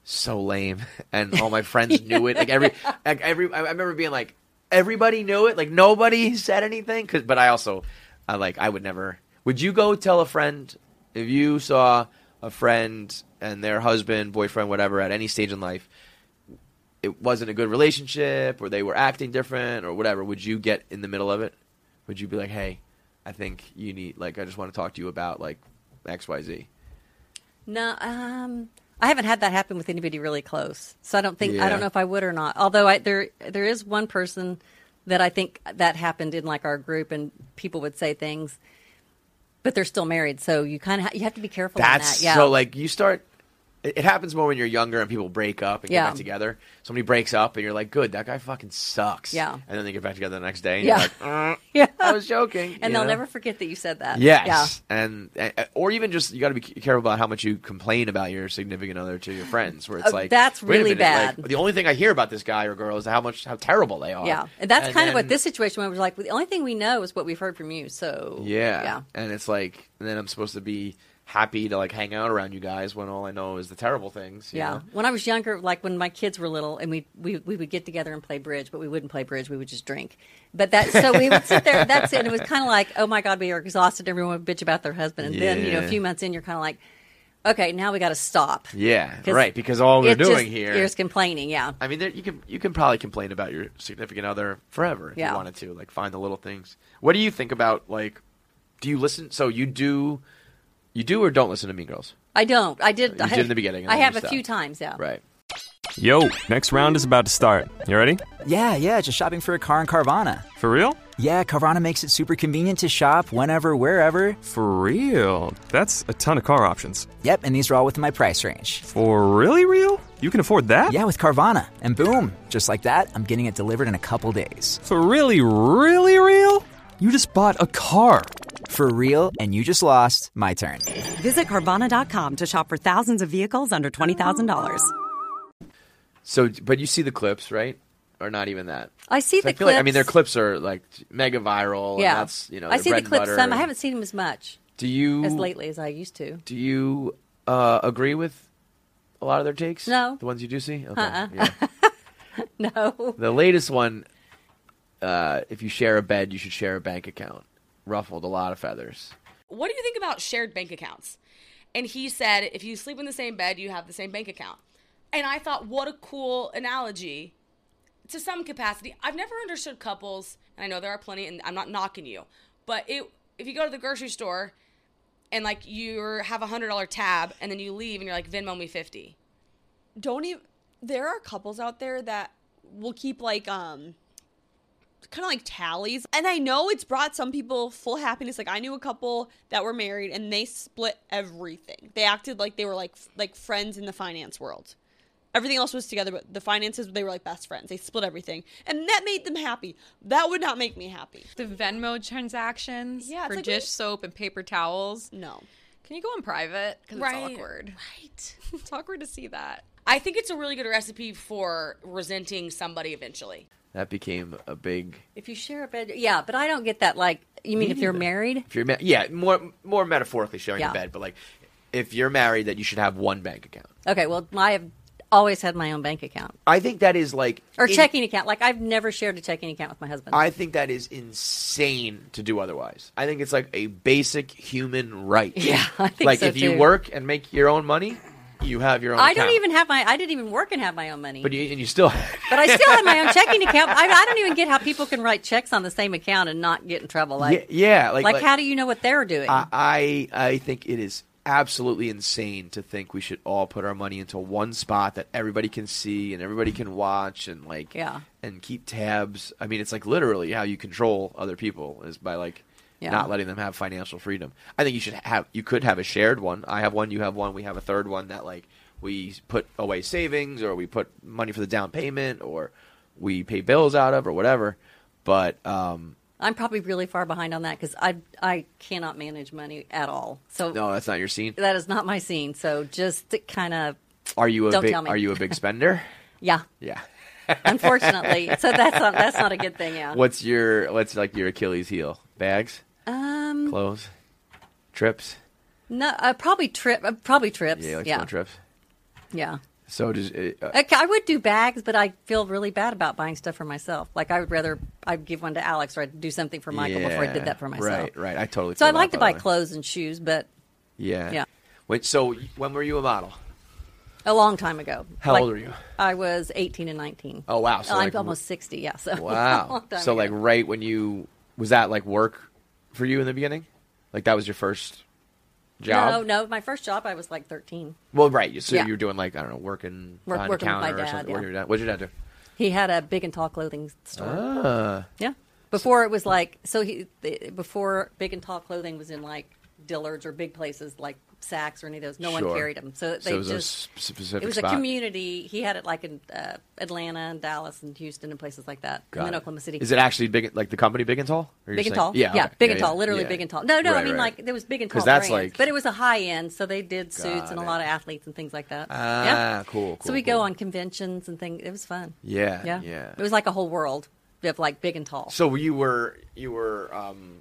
A: so lame, and all my friends knew it. Like every, like every, I I remember being like, everybody knew it. Like nobody said anything. 'Cause- but I also, I like, I would never. Would you go tell a friend if you saw a friend and their husband, boyfriend, whatever, at any stage in life? It wasn't a good relationship, or they were acting different, or whatever. Would you get in the middle of it? Would you be like, "Hey, I think you need like I just want to talk to you about like X Y Z.
C: No, um, I haven't had that happen with anybody really close, so I don't think
A: Yeah.
C: I don't know if I would or not. Although I, there there is one person that I think that happened in like our group, and people would say things, but they're still married, so you kind of ha- you have to be careful.
A: That's
C: on that. yeah.
A: so like you start. It it happens more when you're younger and people break up and
C: Yeah.
A: get back together. Somebody breaks up and you're like, "Good, that guy fucking sucks."
C: Yeah.
A: and then they get back together the next day. And you're
C: Yeah.
A: like, "Uh,
C: yeah,
A: I was joking,
C: and
A: you
C: they'll
A: know?
C: never forget that you said that.
A: Yes, and and- or even just you got to be c- careful about how much you complain about your significant other to your friends. Where it's
C: Oh,
A: like
C: that's
A: "Wait a
C: really
A: minute, like,
C: bad.
A: the only thing I hear about this guy or girl is how much how terrible they
C: Yeah,
A: are.
C: yeah, and that's kind
A: then-
C: of what this situation was like. The only thing we know is what we've heard from you. So
A: Yeah.
C: yeah.
A: And it's like, and then I'm supposed to be happy to like hang out around you guys when all I know is the terrible things. you
C: Yeah.
A: know?
C: When I was younger, like when my kids were little, and we, we we would get together and play bridge, but we wouldn't play bridge. We would just drink. But that so we would sit there. That's it. And it was kind of like, oh my god, we are exhausted. Everyone would bitch about their husband, and then you know,
A: Yeah.
C: a few months in, you're kind of like, okay, now we got to stop.
A: Yeah.
C: 'Cause
A: Right. Because all we're
C: It's
A: doing
C: just-
A: here.
C: you're just complaining. Yeah.
A: I mean, there, you can you can probably complain about your significant other forever if
C: Yeah.
A: you wanted to. Like, find the little things. What do you think about like? Do you listen? So you do, you do or don't listen to Mean Girls?
C: I don't. I did.
A: You
C: I,
A: did in the beginning, and
C: I
A: then you
C: have a
A: stopped.
C: few times. Yeah.
A: Right.
E: Yo, next round is about to start. You ready?
F: Yeah, yeah, just shopping for a car in Carvana.
E: For real?
F: Yeah, Carvana makes it super convenient to shop whenever, wherever.
E: For real? That's a ton of car options.
F: Yep, and these are all within my price range.
E: For really real? You can afford that?
F: Yeah, with Carvana. And boom, just like that, I'm getting it delivered in a couple days.
E: For really, really real? You just bought a car.
F: For real, and you just lost my turn.
G: Visit Carvana.com to shop for thousands of vehicles under $20,000.
A: So, but you see the clips, right? Or not even that.
C: I see
A: 'Cause
C: the
A: I feel
C: clips.
A: like I mean their clips are like mega viral.
C: Yeah.
A: And that's you know.
C: I
A: their
C: see
A: bread
C: the
A: and
C: clips
A: butter.
C: some. I haven't seen them as much
A: Do you
C: as lately as I used to.
A: Do you uh, agree with a lot of their takes?
C: No. Uh-uh.
A: The ones you do see? Okay. yeah.
C: No.
A: The latest one uh, if you share a bed, you should share a bank account. Ruffled a lot of feathers.
H: what do you think about shared bank accounts? And he said, if you sleep in the same bed, you have the same bank account. And I thought, what a cool analogy to some capacity. I've never understood couples, and I know there are plenty, and I'm not knocking you, but it, if you go to the grocery store and like you have a hundred dollar tab and then you leave and you're like Venmo me fifty,
I: don't even there are couples out there that will keep like um kind of like tallies and i know it's brought some people full happiness like i knew a couple that were married and they split everything they acted like they were like f- like friends in the finance world everything else was together but the finances they were like best friends they split everything and that made them happy that would not make me happy
J: The Venmo transactions
I: Yeah, it's
J: for
I: like-
J: dish soap and paper towels.
I: no
J: Can you go in private? Because
H: Right.
J: it's awkward.
H: right?
J: It's awkward to see that.
H: I think it's a really good recipe for resenting somebody eventually.
A: That became a big.
C: If you share a bed, yeah. But I don't get that. Like, you mean if they're married?
A: If you're ma- yeah, more more metaphorically sharing
C: Yeah.
A: a bed, but like if you're married that you should have one bank account.
C: Okay, well, I have always had my own bank account
A: I think that is like
C: or
A: in-
C: checking account. Like I've never shared a checking account with my husband.
A: I think that is insane to do otherwise. I think it's like a basic human right.
C: Yeah, I think
A: like
C: so,
A: if you
C: too.
A: work and make your own money, you have your own.
C: I don't
A: account.
C: even have my. I didn't even work and have my own money.
A: But you and you still.
C: But I still had my own checking account. I, I don't even get how people can write checks on the same account and not get in trouble. Like,
A: Yeah, yeah,
C: like,
A: like- like-
C: how do you know what they're doing?
A: I I I think it is absolutely insane to think we should all put our money into one spot that everybody can see and everybody can watch and like
C: Yeah.
A: and keep tabs. I mean, it's like literally how you control other people is by like
C: Yeah.
A: not letting them have financial freedom. I think you should have you could have a shared one. I have one, you have one, we have a third one that like we put away savings or we put money for the down payment or we pay bills out of or whatever. But um
C: I'm probably really far behind on that because I I cannot manage money at all. So
A: no, that's not your scene.
C: that is not my scene. So just kind of
A: Are you a
C: Don't
A: big
C: tell me.
A: are you a big spender?
C: yeah,
A: Yeah.
C: unfortunately. so that's not that's not a good thing. Yeah.
A: What's your what's like your Achilles heel? Bags,
C: Um.
A: clothes, trips.
C: No. Uh, probably trip. Uh, probably trips.
A: Yeah,
C: Yeah.
A: like
C: Yeah.
A: going trips. So does uh, uh,
C: Okay, I would do bags, but I feel really bad about buying stuff for myself. Like I would rather I'd give one to Alex or I'd do something for Michael before I
A: yeah,
C: did that for myself.
A: Right, right. I totally.
C: So I
A: feel that,
C: like to
A: by
C: buy
A: the way.
C: clothes and shoes, but
A: Yeah.
C: Yeah.
A: Wait, so when were you a model?
C: a long time ago.
A: How
C: Like,
A: old were you?
C: I was 18 and 19.
A: Oh, wow, so
C: I'm
A: like-
C: almost 60. Yeah. So a long
A: Wow.
C: time
A: so
C: ago.
A: like right when you was that like work for you in the beginning? Like that was your first job?
C: No, no. My first job, I was like 13.
A: Well, right. So
C: Yeah.
A: you were doing like I don't know, working
C: Work-
A: behind
C: working
A: a
C: with my
A: counter or
C: dad,
A: something. Working
C: yeah.
A: with your dad. What did your dad do?
C: He had a big and tall clothing store.
A: Uh,
C: Yeah. Before it was like so he the- before big and tall clothing was in like Dillard's or big places like Saks or any of those. No one
A: Sure.
C: carried them, so they
A: so it was a
C: just.
A: sp- specific
C: It was
A: spot.
C: a community. He had it like in uh, Atlanta and Dallas and Houston and places like that.
A: Got
C: and then
A: it.
C: Oklahoma City.
A: Is it actually big, like the company Big and Tall? Or you're
C: big and
A: saying-
C: tall?
A: Yeah, okay.
C: big and
A: yeah,
C: tall. Literally
A: yeah.
C: big and tall. No, no. I
A: Right,
C: mean,
A: right.
C: like there was big and tall.
A: 'Cause that's
C: brands,
A: like-
C: but it was a high end, so they did suits and a
A: Got
C: lot of athletes and things like that.
A: Ah, cool,
C: so
A: cool,
C: we go
A: cool.
C: on conventions and things. It was fun.
A: Yeah,
C: yeah,
A: yeah.
C: It was like a whole world of like big and tall.
A: So you were you were. um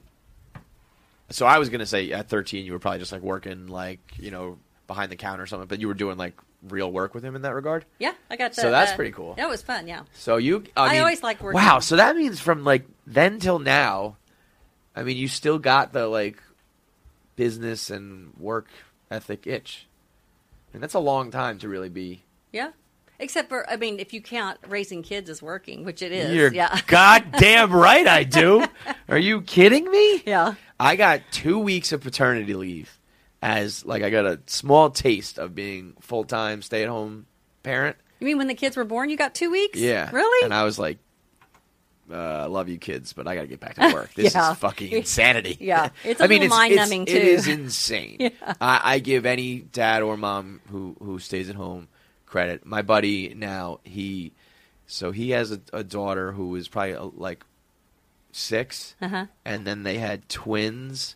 A: So I was gonna say at 13 you were probably just like working like you know behind the counter or something, but you were doing like real work with him in that regard.
C: Yeah, I got that. uh,
A: So that's pretty cool.
C: That was fun. Yeah.
A: So you, I,
C: I
A: mean,
C: always liked working.
A: Wow. So that means from like then till now, I mean, you still got the like business and work ethic itch, and that's a long time to really be.
C: Yeah. Except for, I mean, if you count raising kids as working, which it is.
A: You're
C: yeah.
A: goddamn right I do. Are you kidding me?
C: Yeah.
A: I got two weeks of paternity leave as like I got a small taste of being full time stay at home parent.
C: You mean when the kids were born, you got two weeks?
A: Yeah.
C: Really?
A: And I was like, uh, I love you kids, but I got to get back to work. This
C: Yeah.
A: is fucking insanity.
C: Yeah. It's a
A: I mean,
C: little
A: it's,
C: mind-numbing,
A: it's-
C: too.
A: It is insane. I, I give any dad or mom who, who stays at home credit. My buddy now, he, so he has a, a daughter who is probably uh, like 6
C: Uh-huh.
A: and then they had twins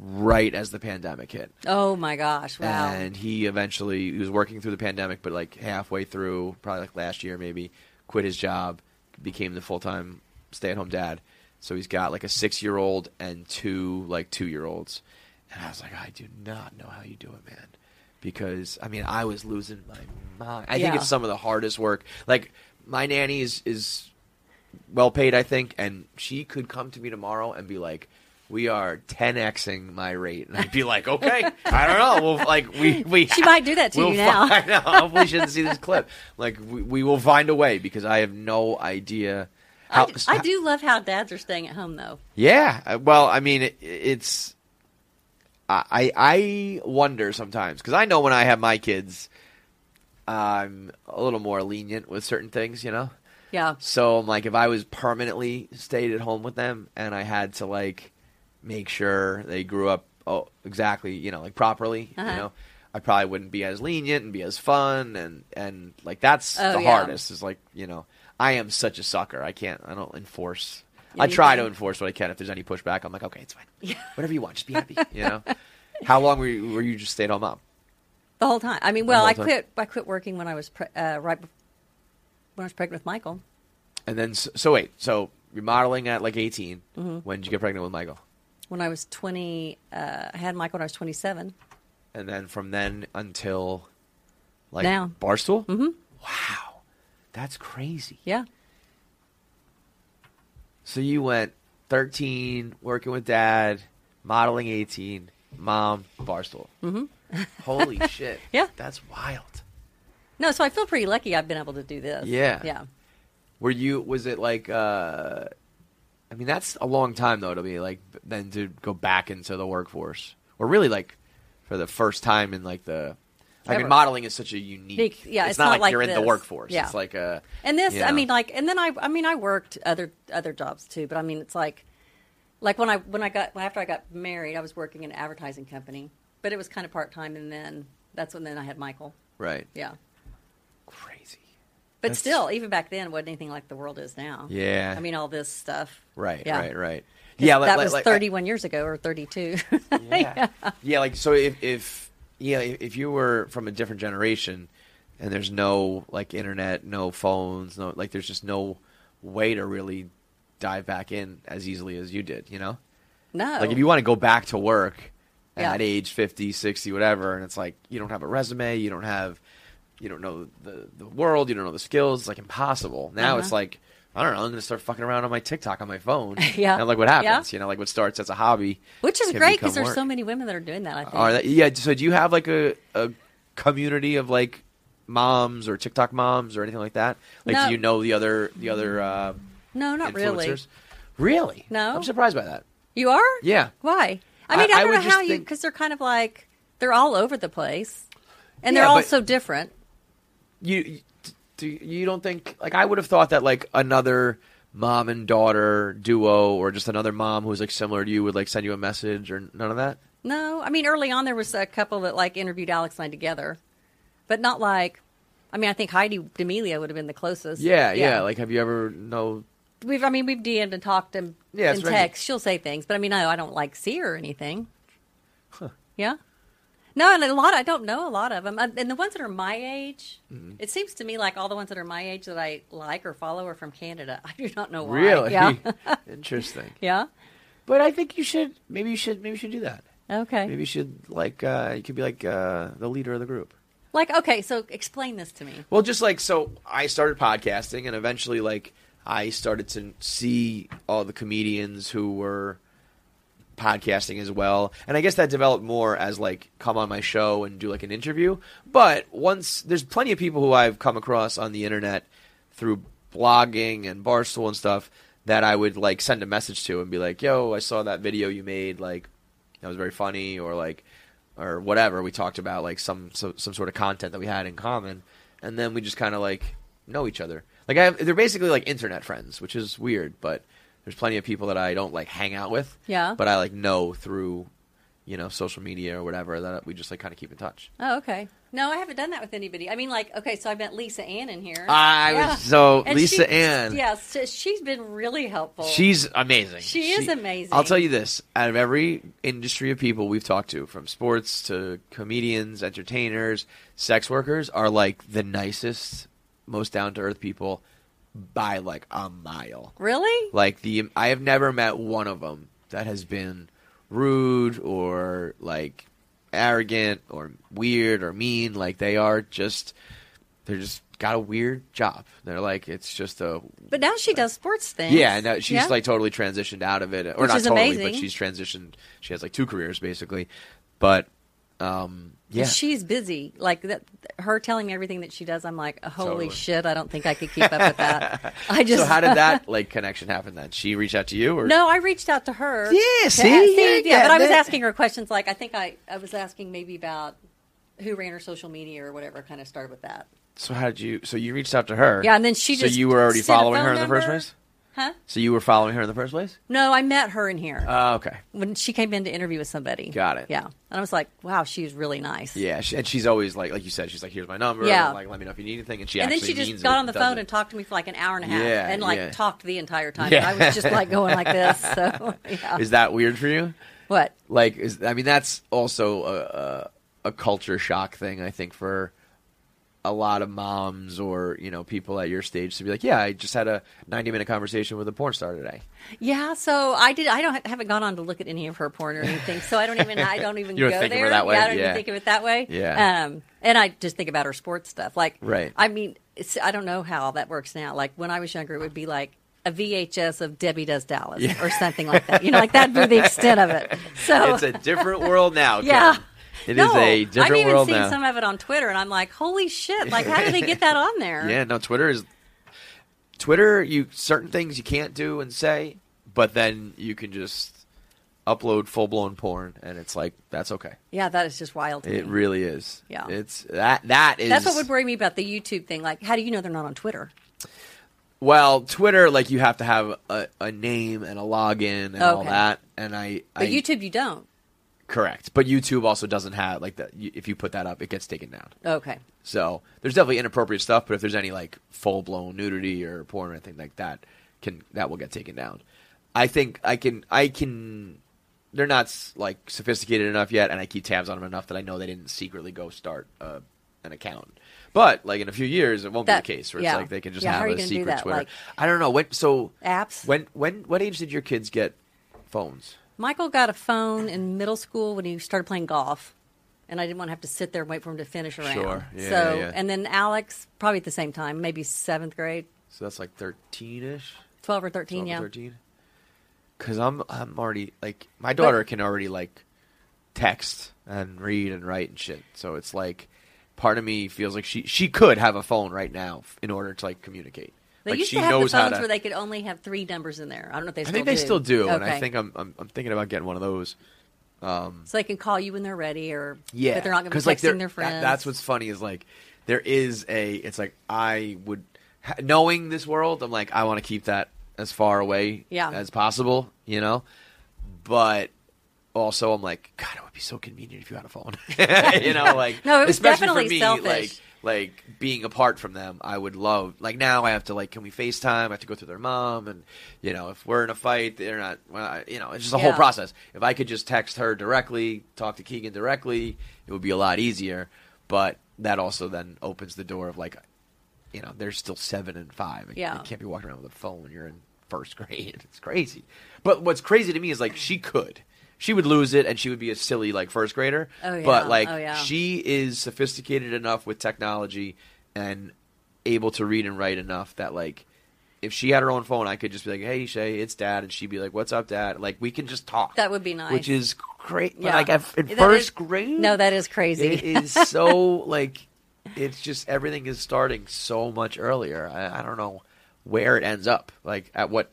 A: right as the pandemic hit.
C: oh my gosh. Wow.
A: And he eventually he was working through the pandemic, but like halfway through, probably like last year maybe, quit his job, became the full time stay at home dad. So he's got like a six year old and two like two year olds. And I was like, I do not know how you do it, man. Because I mean, I was losing my mind. I think
C: Yeah.
A: it's some of the hardest work. Like my nanny is is well paid, I think, and she could come to me tomorrow and be like, "We are 10xing my rate," and I'd be like, "Okay, I don't know. We'll like we we."
C: She might do that to
A: we'll
C: you now.
A: Find, I know. Hopefully, she doesn't see this clip. Like we, we will find a way because I have no idea.
C: I,
A: How,
C: d- I do love how dads are staying at home, though.
A: Yeah. uh, Well, I mean, it, it's. I I I wonder sometimes because I know when I have my kids, I'm a little more lenient with certain things, you know.
C: Yeah.
A: So I'm like, if I was permanently stayed at home with them and I had to like make sure they grew up oh, exactly, you know, like properly,
C: Uh-huh.
A: you know, I probably wouldn't be as lenient and be as fun and and like that's
C: Oh,
A: the
C: yeah.
A: hardest is like you know I am such a sucker. I can't. I don't enforce. I try to
C: Anything.
A: enforce what I can. If there's any pushback, I'm like, okay, it's fine. Whatever you want, just be happy. You know. How long were you, were you just stay at home mom?
C: The whole time. I mean, well,
A: whole
C: I
A: time.
C: quit. I quit working when I was pre- uh, right bef- when I was pregnant with Michael.
A: And then so, so wait, so you're modeling at like 18.
C: Mm-hmm.
A: When did you get pregnant with Michael?
C: When I was twenty, uh, I had Michael when I was twenty-seven.
A: and then from then until like
C: Now.
A: barstool.
C: Mm-hmm.
A: Wow, that's crazy.
C: Yeah.
A: So you went 13, working with dad, modeling 18, mom, barstool.
C: Mm-hmm.
A: Holy shit.
C: Yeah.
A: That's wild.
C: No, so I feel pretty lucky I've been able to do this.
A: Yeah.
C: Yeah.
A: Were you? Was it like? uh I mean, that's a long time though to be like then to go back into the workforce, or really like for the first time in like the. I mean,
C: Ever.
A: modeling is such a unique.
C: Unique, yeah,
A: it's,
C: it's
A: not,
C: not
A: like,
C: like
A: you're in the
C: this.
A: workforce.
C: Yeah.
A: It's like a.
C: And this,
A: you
C: I
A: know.
C: mean, like, and then I, I mean, I worked other other jobs too, but I mean, it's like, like when I when I got after I got married, I was working in an advertising company, but it was kind of part time, and then that's when then I had Michael.
A: Right.
C: Yeah.
A: Crazy.
C: But
A: That's-
C: still, even back then, wasn't anything like the world is now.
A: Yeah.
C: I mean, all this stuff.
A: Right.
C: Yeah.
A: Right. Right. Yeah. like-
C: that
A: like-
C: was
A: like-
C: 31 years ago or 32. yeah.
A: Yeah, like so if if yeah, if if you were from a different generation and there's no like internet, no phones, no like there's just no way to really dive back in as easily as you did, you know?
C: No.
A: Like if you want to go back to work
C: Oh. Yeah.
A: at age 50, 60, whatever and it's like you don't have a resume, you don't have you don't know the the world, you don't know the skills, it's like impossible. Now
C: Uh-huh.
A: it's like I don't know. I'm going to start fucking around on my TikTok on my phone.
C: Yeah.
A: And like what
C: Yeah.
A: happens, you know, like what starts as a hobby.
C: Which is
A: can
C: great
A: become
C: because there's
A: work.
C: so many women that are doing that, I think.
A: Are that, yeah. So do you have like a, a community of like moms or TikTok moms or anything like that? Like,
C: No.
A: do you know the other the other uh,
C: no, not really.
A: influencers? Really?
C: No.
A: I'm surprised by that.
C: You are?
A: Yeah.
C: Why? I
A: I-
C: mean, I,
A: I
C: don't
A: would
C: know
A: just
C: how you,
A: think-
C: because they're kind of like, they're all over the place. And
A: Yeah,
C: they're all
A: but-
C: so different.
A: You you- do you don't think like I would have thought that like another mom and daughter duo or just another mom who's like similar to you would like send you a message or none of that?
C: No, I mean, early on there was a couple that like interviewed Alex and I together, but not like, I mean, I think Heidi D'Amelio would have been the closest.
A: Yeah, yeah. Like, have you ever know?
C: we've, I mean, we've DM'd and talked and,
A: Yeah,
C: and
A: it's regular.
C: text. She'll say things, but I mean, no, I don't like see her or anything. Yeah. No, and a lot. I don't know a lot of them, and the ones that are my age.
A: Mm-hmm.
C: It seems to me like all the ones that are my age that I like or follow are from Canada. I do not know why.
A: Really?
C: Yeah.
A: Interesting.
C: yeah.
A: But I think you should maybe you should maybe you should do that.
C: Okay.
A: Maybe you should like uh, you could be like uh, the leader of the group.
C: Like okay, so explain this to me.
A: Well, just like so, I started podcasting, and eventually, like I started to see all the comedians who were podcasting as well, and I guess that developed more as like come on my show and do like an interview. But once there's plenty of people who I've come across on the internet through blogging and barstool and stuff that I would like send a message to and be like, "Yo, I saw that video you made. Like, that was very funny," or like, or whatever. We talked about like some so, some sort of content that we had in common, and then we just kind of like know each other. Like, I have, they're basically like internet friends, which is weird, but there's plenty of people that I don't like hang out with.
C: Yeah.
A: But I like know through, you know, social media or whatever that we just like kind of keep in touch.
C: Oh, okay. No, I haven't done that with anybody. I mean, like okay, so I met Lisa Ann in here.
A: I was- so, Lisa
C: she-
A: Ann.
C: Yeah, so she's been really helpful.
A: She's amazing.
C: She is amazing.
A: I'll tell you this: out of every industry of people we've talked to, from sports to comedians, entertainers, sex workers, are like the nicest, most down to earth people by like a mile.
C: really.
A: Like the I have never met one of them that has been rude or like arrogant or weird or mean. Like they are just they're just got a weird job. They're like it's just a
C: But now she does sports things.
A: yeah, no, she's like totally transitioned out of it, or
C: Which
A: not
C: is
A: totally, but
C: amazing.
A: she's transitioned. She has like two careers basically, but um, yeah,
C: She's busy. Like that, her telling me everything that she does, I'm like, holy
A: Totally.
C: shit! I don't think I could keep up with that. I just. uh,
A: so how did that like connection happen? Then she reached out to you, or
C: No, I reached out to her.
A: Yeah,
C: to
A: see?
C: ask-
A: You're
C: yeah, but I was
A: getting it.
C: asking her questions. Like, I think I, I was asking maybe about who ran her social media or whatever. Kind of started with that.
A: So how did you? So you reached out to her?
C: Yeah, and then she
A: So
C: just
A: you were already
C: sent a
A: following her
C: phone
A: in the first
C: number.
A: place.
C: Huh?
A: So you were following her in the first place?
C: No, I met her in here
A: Oh, okay,
C: when she came in to interview with somebody.
A: got it.
C: Yeah, and I was like, wow, she's really nice.
A: yeah, she, and she's always like, like you said, she's like, here's my number.
C: Yeah.
A: and, like let me know if you need anything, and she
C: and then
A: actually
C: she just
A: means
C: got
A: it,
C: on the
A: does
C: phone
A: it.
C: and talked to me for like an hour and a half
A: Yeah,
C: and like
A: yeah.
C: talked the entire time.
A: Yeah.
C: I was just like going like this. So yeah.
A: Is that weird for you?
C: what?
A: like is i mean that's also a, a, a culture shock thing i think for a lot of moms or you know people at your stage to be like, yeah, I just had a 90 minute conversation with a porn star today.
C: Yeah, so I did. I don't haven't gone on to look at any of her porn or anything, so I don't even. I don't even
A: You don't
C: go
A: think of her
C: there.
A: that way,
C: Yeah, I don't
A: yeah.
C: even think of it that way.
A: Yeah.
C: Um, and I just think about her sports stuff. Like,
A: Right.
C: I mean, it's, I don't know how that works now. Like when I was younger, it would be like a VHS of Debbie Does Dallas or something like that. You know, like that'd be the extent of it. So
A: it's a different world now.
C: Oh. yeah.
A: Kim. It
C: no,
A: is a different
C: I've even
A: world
C: seen
A: now.
C: some of it on Twitter, and I'm like, holy shit! Like, how did they get that on there?
A: Yeah, no, Twitter is Twitter. You certain things you can't do and say, but then you can just upload full blown porn, and it's like that's okay.
C: Yeah, that is just wild. To
A: It
C: me.
A: really is.
C: Yeah.
A: it's that that is
C: That's what would worry me about the YouTube thing. Like, how do you know they're not on Twitter?
A: well Twitter. Like you have to have a, a name and a login and all
C: Okay.
A: that, and I,
C: But
A: I
C: YouTube, you don't.
A: correct. But YouTube also doesn't have like that. you- If you put that up, it gets taken down.
C: Okay.
A: So there's definitely inappropriate stuff, but if there's any like full blown nudity or porn or anything like that, can that will get taken down. I think I can I can they're not s- like sophisticated enough yet, and I keep tabs on them enough that I know they didn't secretly go start uh, an account. But like in a few years, it won't
C: That-
A: be the case where
C: yeah.
A: it's like they can just
C: Yeah, how
A: have
C: are you
A: a
C: gonna do
A: secret
C: that?
A: Twitter.
C: Like-
A: I don't know when. So
C: Apps?
A: When when what age did your kids get phones?
C: Michael got a phone in middle school when he started playing golf, and I didn't want to have to sit there and wait for him to finish around.
A: Sure. Yeah,
C: so,
A: yeah, yeah.
C: and then Alex probably at the same time, maybe seventh grade,
A: So that's like thirteen ish.
C: twelve or thirteen. yeah.
A: Because I'm I'm already like my daughter
C: But-
A: can already like text and read and write and shit. So it's like part of me feels like she she could have a phone right now f- in order to like communicate.
C: They
A: like
C: used
A: she
C: to have the
A: knows how
C: phones
A: to.
C: where they could only have three numbers in there. I don't know if they.
A: I
C: Still
A: think they
C: do.
A: still do,
C: Okay.
A: and I think I'm, I'm I'm thinking about getting one of those. Um,
C: so they can call you when they're ready, or
A: yeah,
C: but they're not going to be
A: 'cause,
C: texting
A: like, there-
C: their
A: that-
C: friends.
A: that's what's funny is like there is a. It's like I would ha- knowing this world. I'm like I want to keep that as far away
C: Yeah.
A: as possible. You know, but also I'm like God, it would be so convenient if you had a phone. you know, like
C: No, it was
A: especially
C: definitely
A: for me,
C: selfish.
A: like like being apart from them i would love like now i have to like can we facetime i have to go through their mom and you know if we're in a fight they're not well, I- you know it's just a whole
C: Yeah.
A: process if i could just text her directly talk to keegan directly it would be a lot easier but that also then opens the door of like you know they're still seven and five Like,
C: Yeah.
A: you can't be walking around with a phone when you're in first grade it's crazy but what's crazy to me is like she could she would lose it and she would be a silly like first grader
C: Oh,
A: but
C: yeah.
A: like
C: Oh, yeah.
A: she is sophisticated enough with technology and able to read and write enough that like if she had her own phone i could just be like hey shay it's dad and she'd be like what's up dad like we can just talk
C: That would be nice.
A: which is great
C: Yeah.
A: like at, in
C: That is-
A: first grade
C: No, that is crazy.
A: it is so like it's just everything is starting so much earlier i, I don't know where it ends up like at what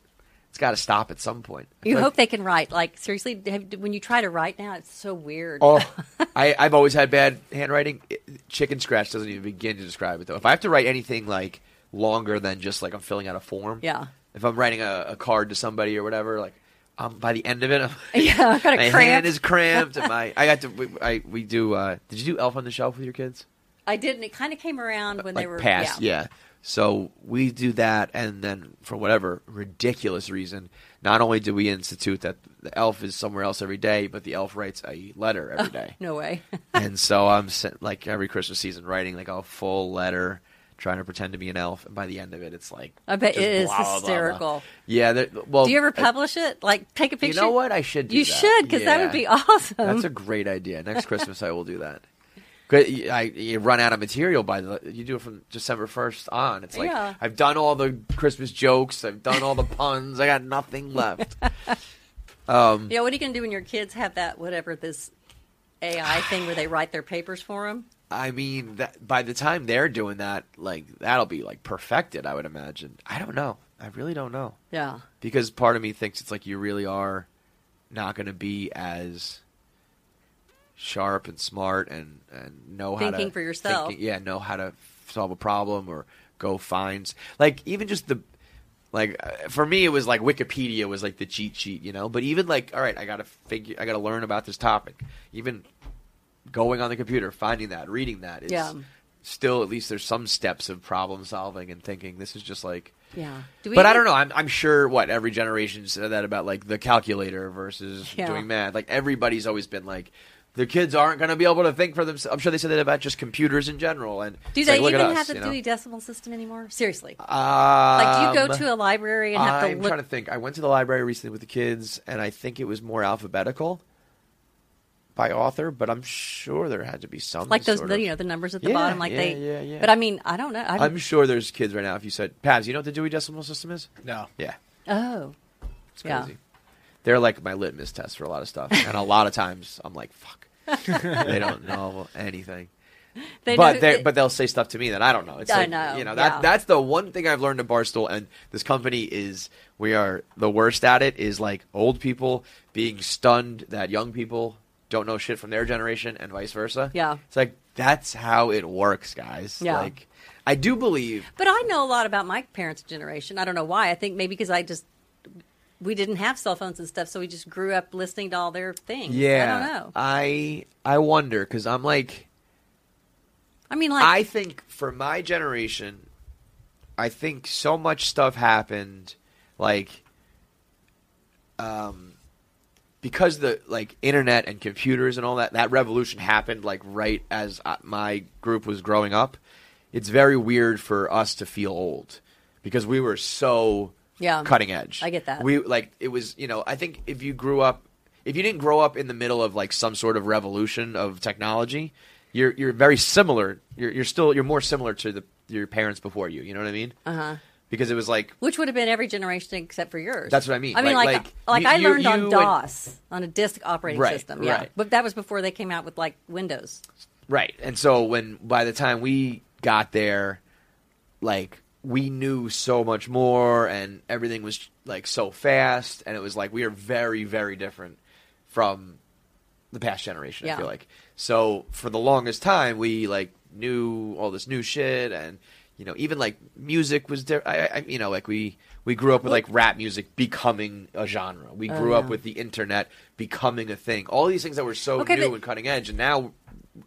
A: it's got to stop at some point I feel
C: You
A: like-
C: hope they can write. Like seriously, have, when you try to write now, it's so weird.
A: Oh, I, I've always had bad handwriting. It- Chicken scratch doesn't even begin to describe it, though. If I have to write anything like longer than just like I'm filling out a form,
C: Yeah.
A: If I'm writing a, a card to somebody or whatever, like um, by the end of it, I'm,
C: Yeah, I got a
A: my
C: cramp.
A: hand is cramped. and my I got to. We, I we do. Uh, did you do Elf on the Shelf with your kids?
C: I didn't. It kind of came around when
A: like
C: they were
A: past, yeah. So we do that, and then for whatever ridiculous reason, not only do we institute that the elf is somewhere else every day, but the elf writes a letter every day.
C: No way.
A: and so I'm sen- like every Christmas season writing like a full letter, trying to pretend to be an elf, and by the end of it, it's like
C: I bet
A: just
C: it is
A: blah, blah, blah, blah.
C: hysterical.
A: Yeah. there- Well,
C: Do you ever
A: Oh, I-
C: publish it? Like, take a
A: you
C: picture.
A: know what? I should. do
C: You
A: that.
C: should, 'cause that would be awesome.
A: That's a great idea. Next Christmas, I will do that. 'Cause you- I you run out of material by the you do it from December first on. It's like
C: Yeah.
A: I've done all the Christmas jokes, I've done all the puns, I got nothing left.
C: Yeah. What are you going to do when your kids have that whatever this AI thing where they write their papers for them?
A: I mean, that, by the time they're doing that, like that'll be like perfected. I would imagine. I don't know. I really don't know.
C: Yeah.
A: because part of me thinks it's like you really are not going to be as sharp and smart and and know how
C: Thinking
A: to
C: for yourself.
A: yeah, know how to solve a problem or go find s- like even just the like uh, for me it was like Wikipedia was like the cheat sheet, you know. But even like all right, I got to figure, I got to learn about this topic. Even going on the computer, finding that, reading that is
C: Yeah.
A: still at least there's some steps of problem solving and thinking. This is just like
C: Yeah. Do
A: but I
C: even-
A: don't know. I'm, I'm sure what every generation said that about like the calculator versus
C: Yeah.
A: doing math. Like everybody's always been like, their kids aren't going to be able to think for themselves. I'm sure they said that about just computers in general. And
C: Do
A: it's
C: they
A: like, look at
C: even
A: us,
C: have
A: you
C: a
A: know?
C: Dewey Decimal System anymore? Seriously.
A: Um,
C: like, do you go to a library and have
A: I'm
C: to look?
A: trying to think. I went to the library recently with the kids, and I think it was more alphabetical by author, but I'm sure there had to be some
C: like those,
A: sort
C: the,
A: of-
C: you know, the numbers at the
A: Yeah,
C: bottom. Like
A: yeah,
C: they.
A: yeah, yeah.
C: But I mean, I don't know. I
A: I'm sure there's kids right now. If you said, "Pabs, you know what the Dewey Decimal System is?"
K: No.
A: Yeah,
C: Oh.
A: it's
C: Yeah.
A: crazy. They're like my litmus test for a lot of stuff, and a lot of times I'm like, "Fuck," they don't know anything.
C: They
A: but
C: know-
A: they,
C: they-
A: but they'll say stuff to me that I don't know. It's
C: I
A: like,
C: know,
A: You know that
C: yeah.
A: that's the one thing I've learned at Barstool, and this company is we are the worst at it. Is like old people being stunned that young people don't know shit from their generation, and vice versa.
C: Yeah.
A: it's like that's how it works, guys.
C: Yeah.
A: Like I do believe
C: But I know a lot about my parents' generation. I don't know why. I think maybe because I just we didn't have cell phones and stuff, so we just grew up listening to all their things.
A: Yeah,
C: I don't know.
A: I I wonder because I'm like
C: I mean, like
A: I think for my generation, I think so much stuff happened, like, um, because the like internet and computers and all that that revolution happened like right as uh, my group was growing up. It's very weird for us to feel old because we were so
C: Yeah.
A: cutting edge.
C: I get that.
A: We like it was you know I think if you grew up if you didn't grow up in the middle of like some sort of revolution of technology, you're you're very similar. You're you're still you're more similar to the your parents before you. You know what I mean? Uh
C: Uh-huh.
A: huh. Because it was like
C: which would have been every generation except for yours.
A: That's what I mean.
C: I mean,
A: Like-
C: like
A: like,
C: like,
A: you-
C: I
A: you-
C: learned
A: you
C: on
A: and-
C: DOS on a disk operating
A: Right,
C: system. Yeah,
A: right.
C: but that was before they came out with like Windows.
A: Right. And so when by the time we got there, like we knew so much more and everything was like so fast and it was like we are very very different from the past generation I
C: Yeah.
A: feel like. So for the longest time we like knew all this new shit and you know even like music was different I, I you know like we we grew up with like rap music becoming a genre. We
C: Oh,
A: grew up
C: yeah.
A: with the internet becoming a thing. All these things that were so
C: Okay,
A: new
C: but-
A: and cutting edge and now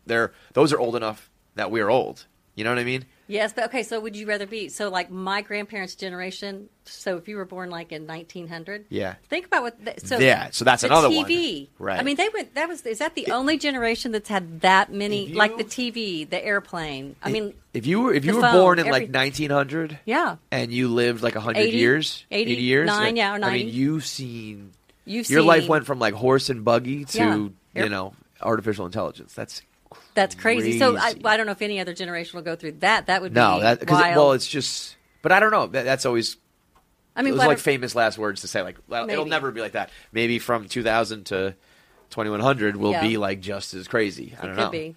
A: they're those are old enough that we're old. You know what I mean?
C: Yes, but okay. So would you rather be so like my grandparents' generation? So if you were born like in 1900,
A: Yeah.
C: Think about what. th- so
A: Yeah, so that's
C: the
A: another one.
C: TV.
A: Right.
C: I mean, they went. That was. Is that the only generation that's had that many?
A: If
C: like
A: you-
C: the TV, the airplane. I mean,
A: If you were if you
C: Mm. the
A: were
C: phone,
A: born in
C: every-
A: like 1900
C: yeah,
A: and you lived like 100
C: 80,
A: years,
C: 80,
A: 80 years,
C: nine,
A: like,
C: yeah, or
A: I mean,
C: 90.
A: you've seen
C: you've
A: your life
C: seen-
A: went from like horse and buggy to,
C: Yeah.
A: you
C: Yep.
A: know, artificial intelligence. That's
C: That's crazy. So I,
A: crazy.
C: I don't know if any other generation will go through that. That would
A: no,
C: be
A: that cuz
C: wild.
A: well, it's just but I don't know. That, that's always
C: I mean,
A: it was
C: what
A: like
C: if-
A: famous last words to say like well, it'll
C: Maybe.
A: never be like that. Maybe from 2000 to 2100 will
C: Yeah.
A: be like just as crazy. I
C: it
A: don't
C: could
A: know.
C: be.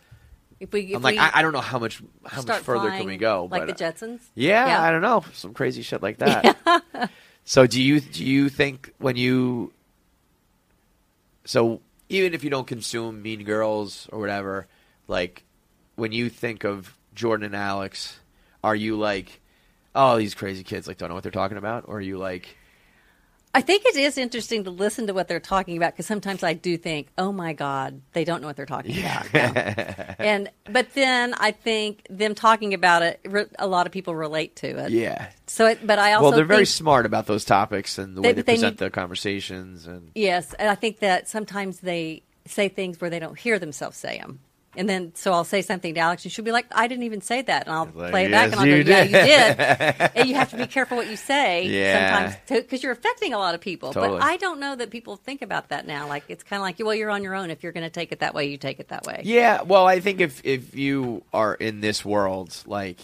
C: If we, if
A: I'm like,
C: we
A: I, I don't know how much how much
C: start
A: further
C: flying
A: can we go?
C: Like
A: but,
C: the Jetsons.
A: Yeah,
C: Yeah.
A: I don't know, some crazy shit like that. So do you do you think when you so even if you don't consume Mean Girls or whatever, like when you think of Jordan and Alex, are you like, oh, these crazy kids like don't know what they're talking about, or are you like,
C: I think it is interesting to listen to what they're talking about because sometimes I do think, oh my God, they don't know what they're talking about. Yeah. and but then I think them talking about it, re- a lot of people relate to it.
A: yeah?
C: So, it, but I also
A: Well, they're very
C: think-
A: smart about those topics and the
C: They-
A: way they,
C: they
A: present
C: need-
A: their conversations and
C: Yes, and I think that sometimes they say things where they don't hear themselves say them. And then, so I'll say something to Alex, and she'll be like, "I didn't even say that," and I'll
A: Like,
C: play it
A: "Yes,
C: back, and I'll
A: you
C: go, "Yeah,
A: did."
C: you did." and you have to be careful what you say
A: Yeah.
C: sometimes because you're affecting a lot of people.
A: Totally.
C: But I don't know that people think about that now. Like it's kind of like, well, you're on your own. If you're going to take it that way, you take it that way.
A: Yeah, well, I think if if you are in this world, like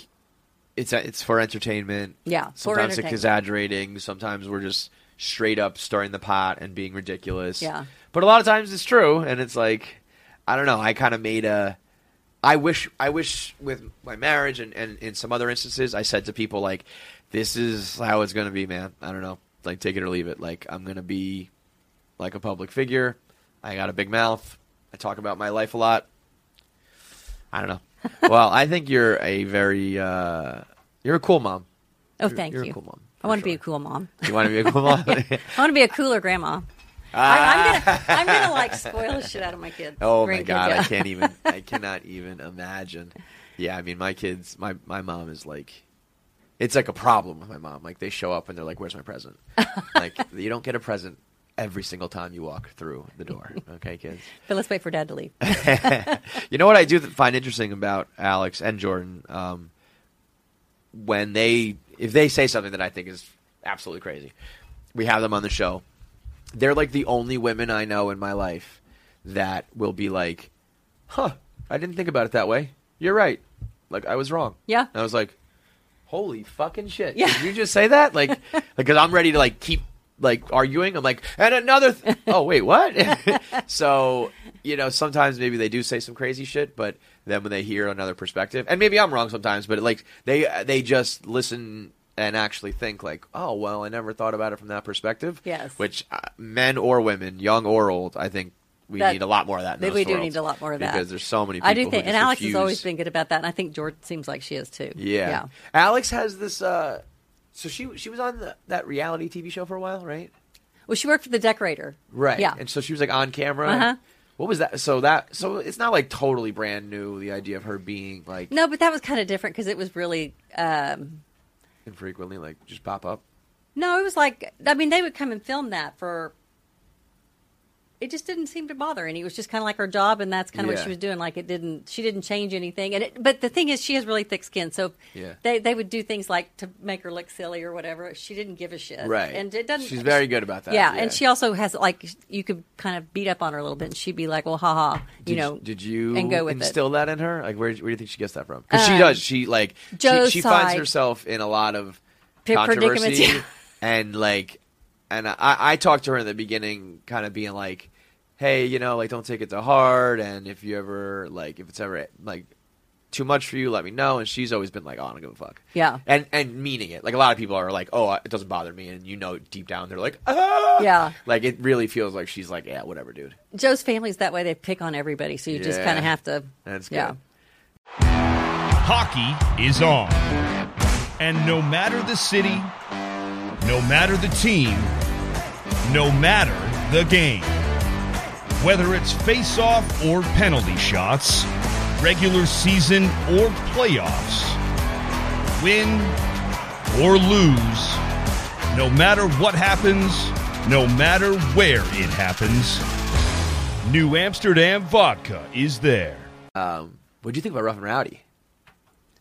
A: it's it's for entertainment.
C: Yeah, for
A: sometimes it's
C: entertainment.
A: exaggerating. Sometimes we're just straight up stirring the pot and being ridiculous.
C: Yeah.
A: but a lot of times it's true, and it's like I don't know. I kind of made a. I wish I wish with my marriage and and in some other instances, I said to people like, "This is how it's going to be, man. I don't know, like take it or leave it. Like I'm going to be like a public figure. I got a big mouth. I talk about my life a lot. I don't know. well, I think you're a very uh, you're a cool mom.
C: Oh,
A: You're-
C: thank
A: you're a
C: you.
A: cool mom,
C: I
A: for
C: want to be
A: sure.
C: a cool mom.
A: You want to be a cool mom?
C: I want to be a cooler grandma. I, I'm gonna, I'm gonna like spoil the shit out of my kids.
A: oh my
C: grandkids,
A: god, I
C: yeah.
A: can't even. I cannot even imagine. Yeah, I mean, my kids. My my mom is like. It's like a problem with my mom. Like they show up and they're like, "Where's my present?" like you don't get a present every single time you walk through the door. Okay, kids.
C: But let's wait for dad to leave.
A: you know what I do th- find interesting about Alex and Jordan um, when they if they say something that I think is absolutely crazy, we have them on the show. They're like the only women I know in my life that will be like, "Huh, I didn't think about it that way. You're right. Like I was wrong."
C: Yeah.
A: And I was like, "Holy fucking shit!
C: Yeah.
A: Did you just say that?" Like, because I'm ready to like keep like arguing. I'm like, and another. Th- oh wait, what? so you know, sometimes maybe they do say some crazy shit, but then when they hear another perspective, and maybe I'm wrong sometimes, but like they they just listen and actually think like, oh well, I never thought about it from that perspective.
C: Yes.
A: Which uh, men or women, young or old, I think we
C: That-
A: need a lot more of that. In
C: They-
A: those
C: we do
A: worlds
C: need a lot more of that
A: because there's so many. people
C: I do think,
A: who
C: and
A: just
C: Alex
A: refuse-
C: has always been good about that, and I think George seems like she is too.
A: yeah. Alex has this. uh So she she was on the, that reality TV show for a while, right?
C: Well, she worked for the decorator.
A: Right.
C: Yeah.
A: And so she was like on camera.
C: Uh-huh.
A: What was that? So that so it's not like totally brand new the idea of her being like
C: No, but that was kind of different because it was really. Um,
A: infrequently like just pop up.
C: no, it was like I mean they would come and film that for. It just didn't seem to bother, and it was just kind of like her job, and that's kind of
A: Yeah.
C: what she was doing. Like it didn't, she didn't change anything, and it, but the thing is, she has really thick skin, so
A: Yeah.
C: they they would do things like to make her look silly or whatever. She didn't give a shit,
A: Right.
C: Uh, And it doesn't.
A: She's very good about that.
C: Yeah, and she also has like you could kind of beat up on her a little bit, and she'd be like, "Well, haha," you
A: did,
C: know.
A: did you
C: and go with it. Uh,
A: instill that in her? Like, where, where do you think she gets that from? Because she does. She like she,
C: Joe's
A: she finds
C: side.
A: herself in a lot of
C: P- predicaments,
A: controversy
C: yeah.
A: and like, and I, I talked to her in the beginning, kind of being like, "Hey, you know, like, don't take it to heart, and if you ever like, if it's ever like." Too much for you, let me know. And she's always been like, "Oh, I don't give a fuck."
C: Yeah.
A: and and meaning it. Like a lot of people are like, "Oh, it doesn't bother me," and you know, deep down, they're like, "Ah."
C: Yeah.
A: Like it really feels like she's like, "Yeah, whatever, dude."
C: Joe's family's that way; they pick on everybody, so you just
A: Yeah.
C: kind of have to.
A: That's
C: yeah.
A: good.
L: Hockey is on. And no matter the city, no matter the team, no matter the game, whether it's face-off or penalty shots, regular season or playoffs, win or lose, no matter what happens, no matter where it happens, New Amsterdam Vodka is there.
A: Um, what do you think about Rough and Rowdy?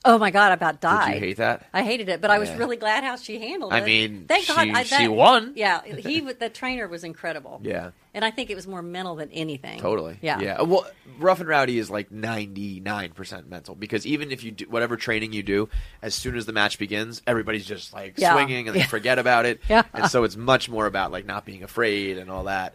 C: Oh my God! I about
A: Did
C: died.
A: you hate that?
C: I hated it, but I was
A: Yeah.
C: really glad how she handled it.
A: I mean,
C: thank God
A: she-
C: I,
A: she won.
C: Yeah, he w- the trainer was incredible.
A: Yeah.
C: and I think it was more mental than anything.
A: Totally.
C: Yeah.
A: Yeah. Uh, Well, Rough and Rowdy is like ninety nine percent mental because even if you do whatever training you do, as soon as the match begins, everybody's just like
C: Yeah.
A: swinging and they
C: Yeah.
A: forget about it.
C: Yeah.
A: And so it's much more about like not being afraid and all that.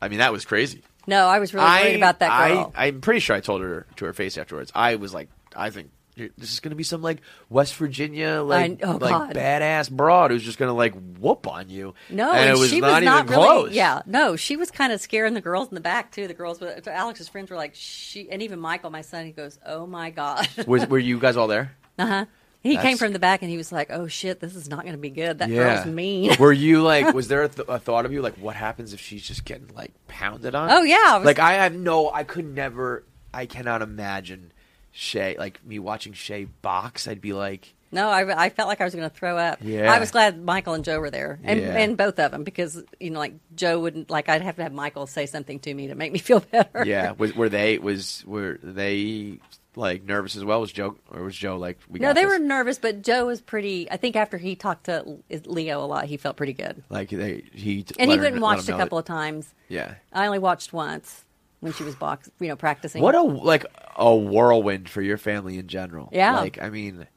A: I mean, that was crazy.
C: No, I was really worried about that girl.
A: I, I'm pretty sure I told her to her face afterwards. I was like, I think this is going to be some like West Virginia like
C: oh,
A: like
C: God.
A: badass broad who's just going to like whoop on you.
C: No,
A: and, it was
C: she
A: not
C: was
A: even
C: not really.
A: close.
C: Yeah, no, she was kind of scaring the girls in the back too. The girls, were- so Alex's friends were like, she, and even Michael, my son, he goes, "Oh my god."
A: Was, were you guys all there?
C: uh huh. He came
A: That's-
C: from the back and he was like, "Oh shit, this is not going to be good. That girl's mean."
A: Were you like, was there a, th- a thought of you like, what happens if she's just getting like pounded on?
C: Oh, yeah, I was-
A: like I have no, I could never, I cannot imagine Shay like me watching Shay box. I'd be like,
C: no, I, I felt like I was going to throw up.
A: Yeah.
C: I was glad Michael and Joe were there, and
A: Yeah.
C: and both of them because you know, like Joe wouldn't like I'd have to have Michael say something to me to make me feel better.
A: yeah. Was, were they was were they like nervous as well? Was Joe or was Joe like? We
C: No,
A: got
C: they
A: this?
C: were nervous, but Joe was pretty. I think after he talked to Leo a lot, he felt pretty good,
A: like they he t-
C: and
A: let
C: he
A: her-
C: went and
A: let
C: watched
A: him
C: a
A: know
C: couple
A: that-
C: of times.
A: Yeah.
C: I only watched once when she was box, you know, practicing.
A: What a like a whirlwind for your family in general.
C: Yeah.
A: Like I mean,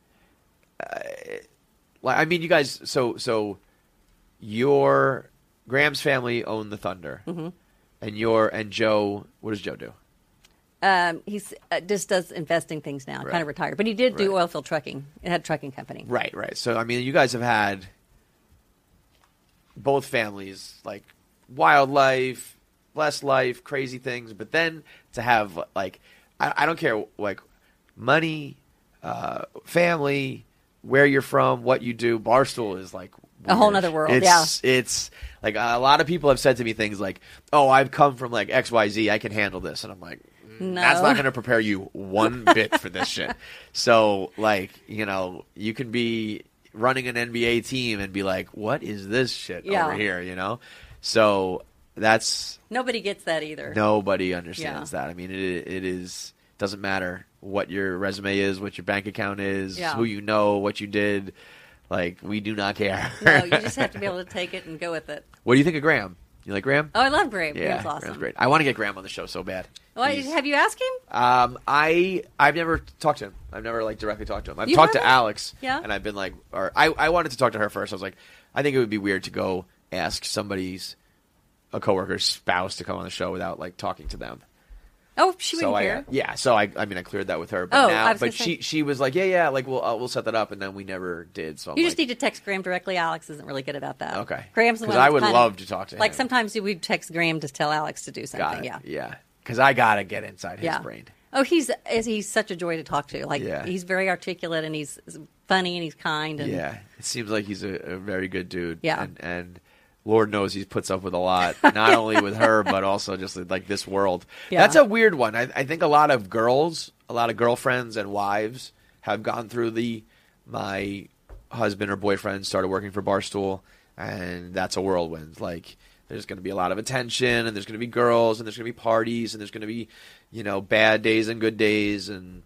A: uh, like I mean, you guys. So so, your Graham's family owned the Thunder,
C: Mm-hmm.
A: and your and Joe. What does Joe do?
C: um, he's uh, just does investing things now, kind
A: Right.
C: of retired, but he did do
A: Right.
C: oil field trucking. It had a trucking company.
A: Right, right. So I mean, you guys have had both families like wildlife, blessed life, crazy things, but then to have like I, I don't care like money, uh, family, where you're from, what you do. Barstool is like
C: A whole
A: weird.
C: nother world,
A: It's, yeah, it's like a lot of people have said to me things like, "Oh, I've come from like X Y Z. I can handle this," and I'm like. "Mm, That's
C: No.
A: not going to prepare you one bit for this shit. So, like, you know, you can be running an NBA team and be like, what is this shit
C: Yeah.
A: over here, you know? So, That's
C: Nobody gets that either.
A: nobody understands
C: Yeah.
A: that. I mean, it it is doesn't matter what your resume is, what your bank account is,
C: Yeah.
A: who you know, what you did. Like we do not care.
C: No, you just have to be able to take it and go with it.
A: what do you think of Graham? You like Graham?
C: Oh, I love Graham.
A: Yeah,
C: Graham's awesome.
A: great. I want to get Graham on the show so bad.
C: Why,
A: He's-
C: have you asked him?
A: Um, I I've never talked to him. I've never like directly talked to him. I've
C: You
A: talked to
C: haven't?
A: Alex,
C: Yeah.
A: and I've been like, or I I wanted to talk to her first. I was like, I think it would be weird to go ask somebody's a coworker's spouse to come on the show without like talking to them.
C: Oh, she
A: so
C: wouldn't
A: I,
C: care.
A: Yeah, so I I mean I cleared that with her, but
C: Oh, I
A: now
C: was gonna
A: but she
C: say-
A: she was like, yeah yeah, like we'll uh, we'll set that up, and then we never did. So I'm
C: You
A: like,
C: just need to text Graham directly. Alex isn't really good about that.
A: Okay.
C: Graham's the
A: 'Cause
C: one.
A: I
C: that's
A: would
C: kind
A: love
C: of,
A: to talk to
C: Like
A: him.
C: sometimes we'd text Graham to tell Alex to do something.
A: got it.
C: Yeah.
A: yeah, because I gotta get inside his
C: yeah.
A: brain.
C: Oh, he's is- he's such a joy to talk to. Like
A: Yeah.
C: he's very articulate and he's funny and he's kind and
A: Yeah, it seems like he's a, a very good dude.
C: Yeah.
A: and, and Lord knows he puts up with a lot, not only with her but also just like this world.
M: Yeah.
A: That's a weird one. I, I think a lot of girls, a lot of girlfriends and wives have gone through the my husband or boyfriend started working for Barstool, and that's a whirlwind. Like. There's going to be a lot of attention, and there's going to be girls, and there's going to be parties, and there's going to be, you know, bad days and good days, and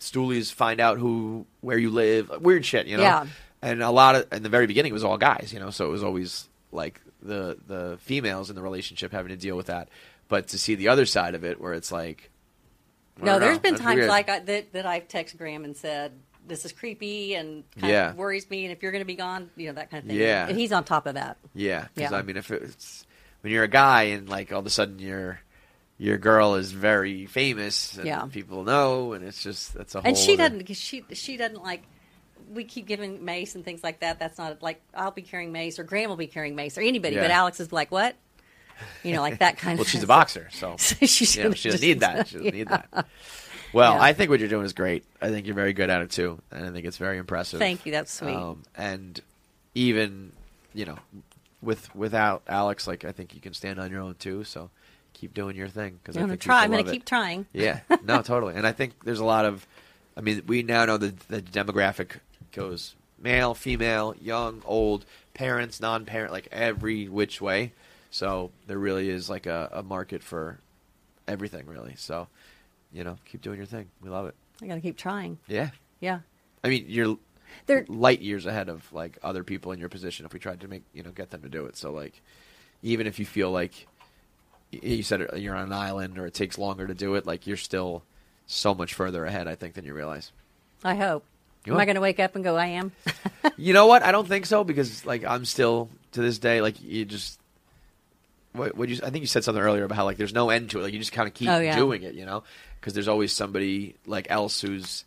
A: stoolies find out who where you live weird shit you know
M: Yeah.
A: and a lot of in the very beginning it was all guys you know so it was always like the the females in the relationship having to deal with that but to see the other side of it where it's like I
C: No,
A: don't
C: there's
A: know,
C: been
A: that's
C: times
A: weird.
C: like I, that that I've texted Graham and said this is creepy and kind
A: Yeah.
C: of worries me, and if you're going to be gone, you know that kind of thing.
A: Yeah.
C: and he's on top of that.
A: yeah because
C: Yeah.
A: i mean if it's when you're a guy and like all of a sudden your your girl is very famous and
C: Yeah.
A: people know and it's just that's a whole
C: and she
A: other-
C: doesn't. 'cause She she doesn't like. We keep giving mace and things like that. That's not like I'll be carrying mace or Graham will be carrying mace or anybody. But
A: Yeah.
C: Alex is like, what? You know, like that kind
A: well,
C: of.
A: she's a boxer, so,
C: she
A: you know, she doesn't need that. She doesn't need that.
C: Yeah.
A: Well,
C: Yeah.
A: I think what you're doing is great. I think you're very good at it too, and I think it's very impressive. Um,
C: Thank you. That's sweet.
A: and even, you know, with without Alex, like I think you can stand on your own too. So keep doing your thing because I
C: I'm gonna
A: think
C: try.
A: people
C: I'm gonna
A: love it.
C: keep trying.
A: Yeah. No, totally. And I think there's a lot of, I mean, we now know that the demographic goes male, female, young, old, parents, non-parent, like every which way. So there really is like a, a market for everything, really. So, you know, keep doing your thing. We love it.
C: I gotta keep trying.
A: Yeah.
C: Yeah.
A: I mean, you're
C: They're-
A: light years ahead of like other people in your position if we tried to make you know get them to do it. So like, even if you feel like y- you said it- you're on an island or it takes longer to do it, like you're still so much further ahead, I think, than you realize.
C: I hope.
A: You
C: Am I
A: will.
C: going to wake up and go? I am.
A: you know what? I don't think so because like I'm still to this day like you just what what you I think you said something earlier about how like there's no end to it. Like you just kind of keep
M: Oh, yeah.
A: doing it, you know? Because there's always somebody like else who's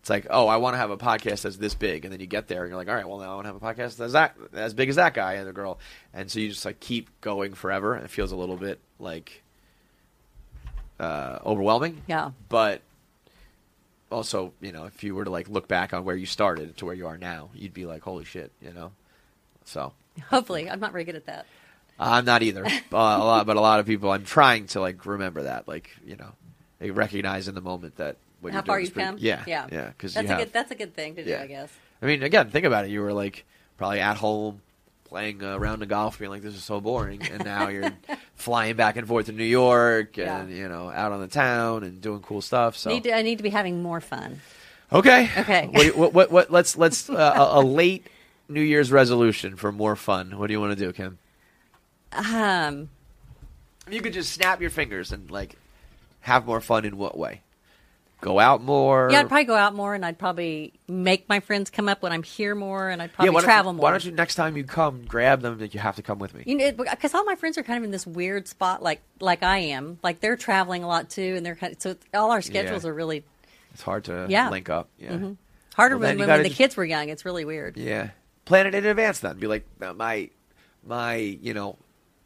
A: it's like oh I want to have a podcast that's this big, and then you get there and you're like all right well now I want to have a podcast that's that as big as that guy and the girl, and so you just like keep going forever. And it feels a little bit like uh, overwhelming.
C: Yeah.
A: But also, you know, if you were to like look back on where you started to where you are now, you'd be like, holy shit, you know. So
C: Hopefully, I'm not very good at that.
A: I'm not either, uh, a lot, but a lot of people. I'm trying to like remember that, like you know, they recognize in the moment that what
C: How
A: you're
C: far
A: doing
C: you've
A: is pretty-
C: come?
A: Yeah,
C: Yeah.
A: yeah. Because
C: That's
A: you
C: a
A: have,
C: good- that's a good thing to do, I guess.
A: I mean, again, think about it. You were like probably at home playing a round of golf, being like, "This is so boring," and now you're flying back and forth to New York and you know out on the town and doing cool stuff. So
C: Need to, I need to be having more fun.
A: Okay.
C: Okay.
A: What, do you- what, what, what, let's, let's, uh, a, a late New Year's resolution for more fun. What do you want to do, Kim?
C: Um,
A: You could just snap your fingers and, like, have more fun in what way? Go out more?
C: yeah, I'd probably go out more, and I'd probably make my friends come up when I'm here more, and I'd probably
A: why don't-
C: travel more.
A: Why don't you, next time you come, grab them, like, you have to come with me?
C: You know, because all my friends are kind of in this weird spot, like like I am. Like they're traveling a lot too, and they're kind of, so all our schedules
A: Yeah.
C: are really
A: It's hard to
C: yeah
A: link up. Yeah.
C: Mhm. harder
A: Well, then
C: when,
A: you
C: when,
A: gotta
C: the
A: just-
C: kids were young. It's really weird.
A: Yeah. Plan it in advance then. Be like, "No, my, my, you know,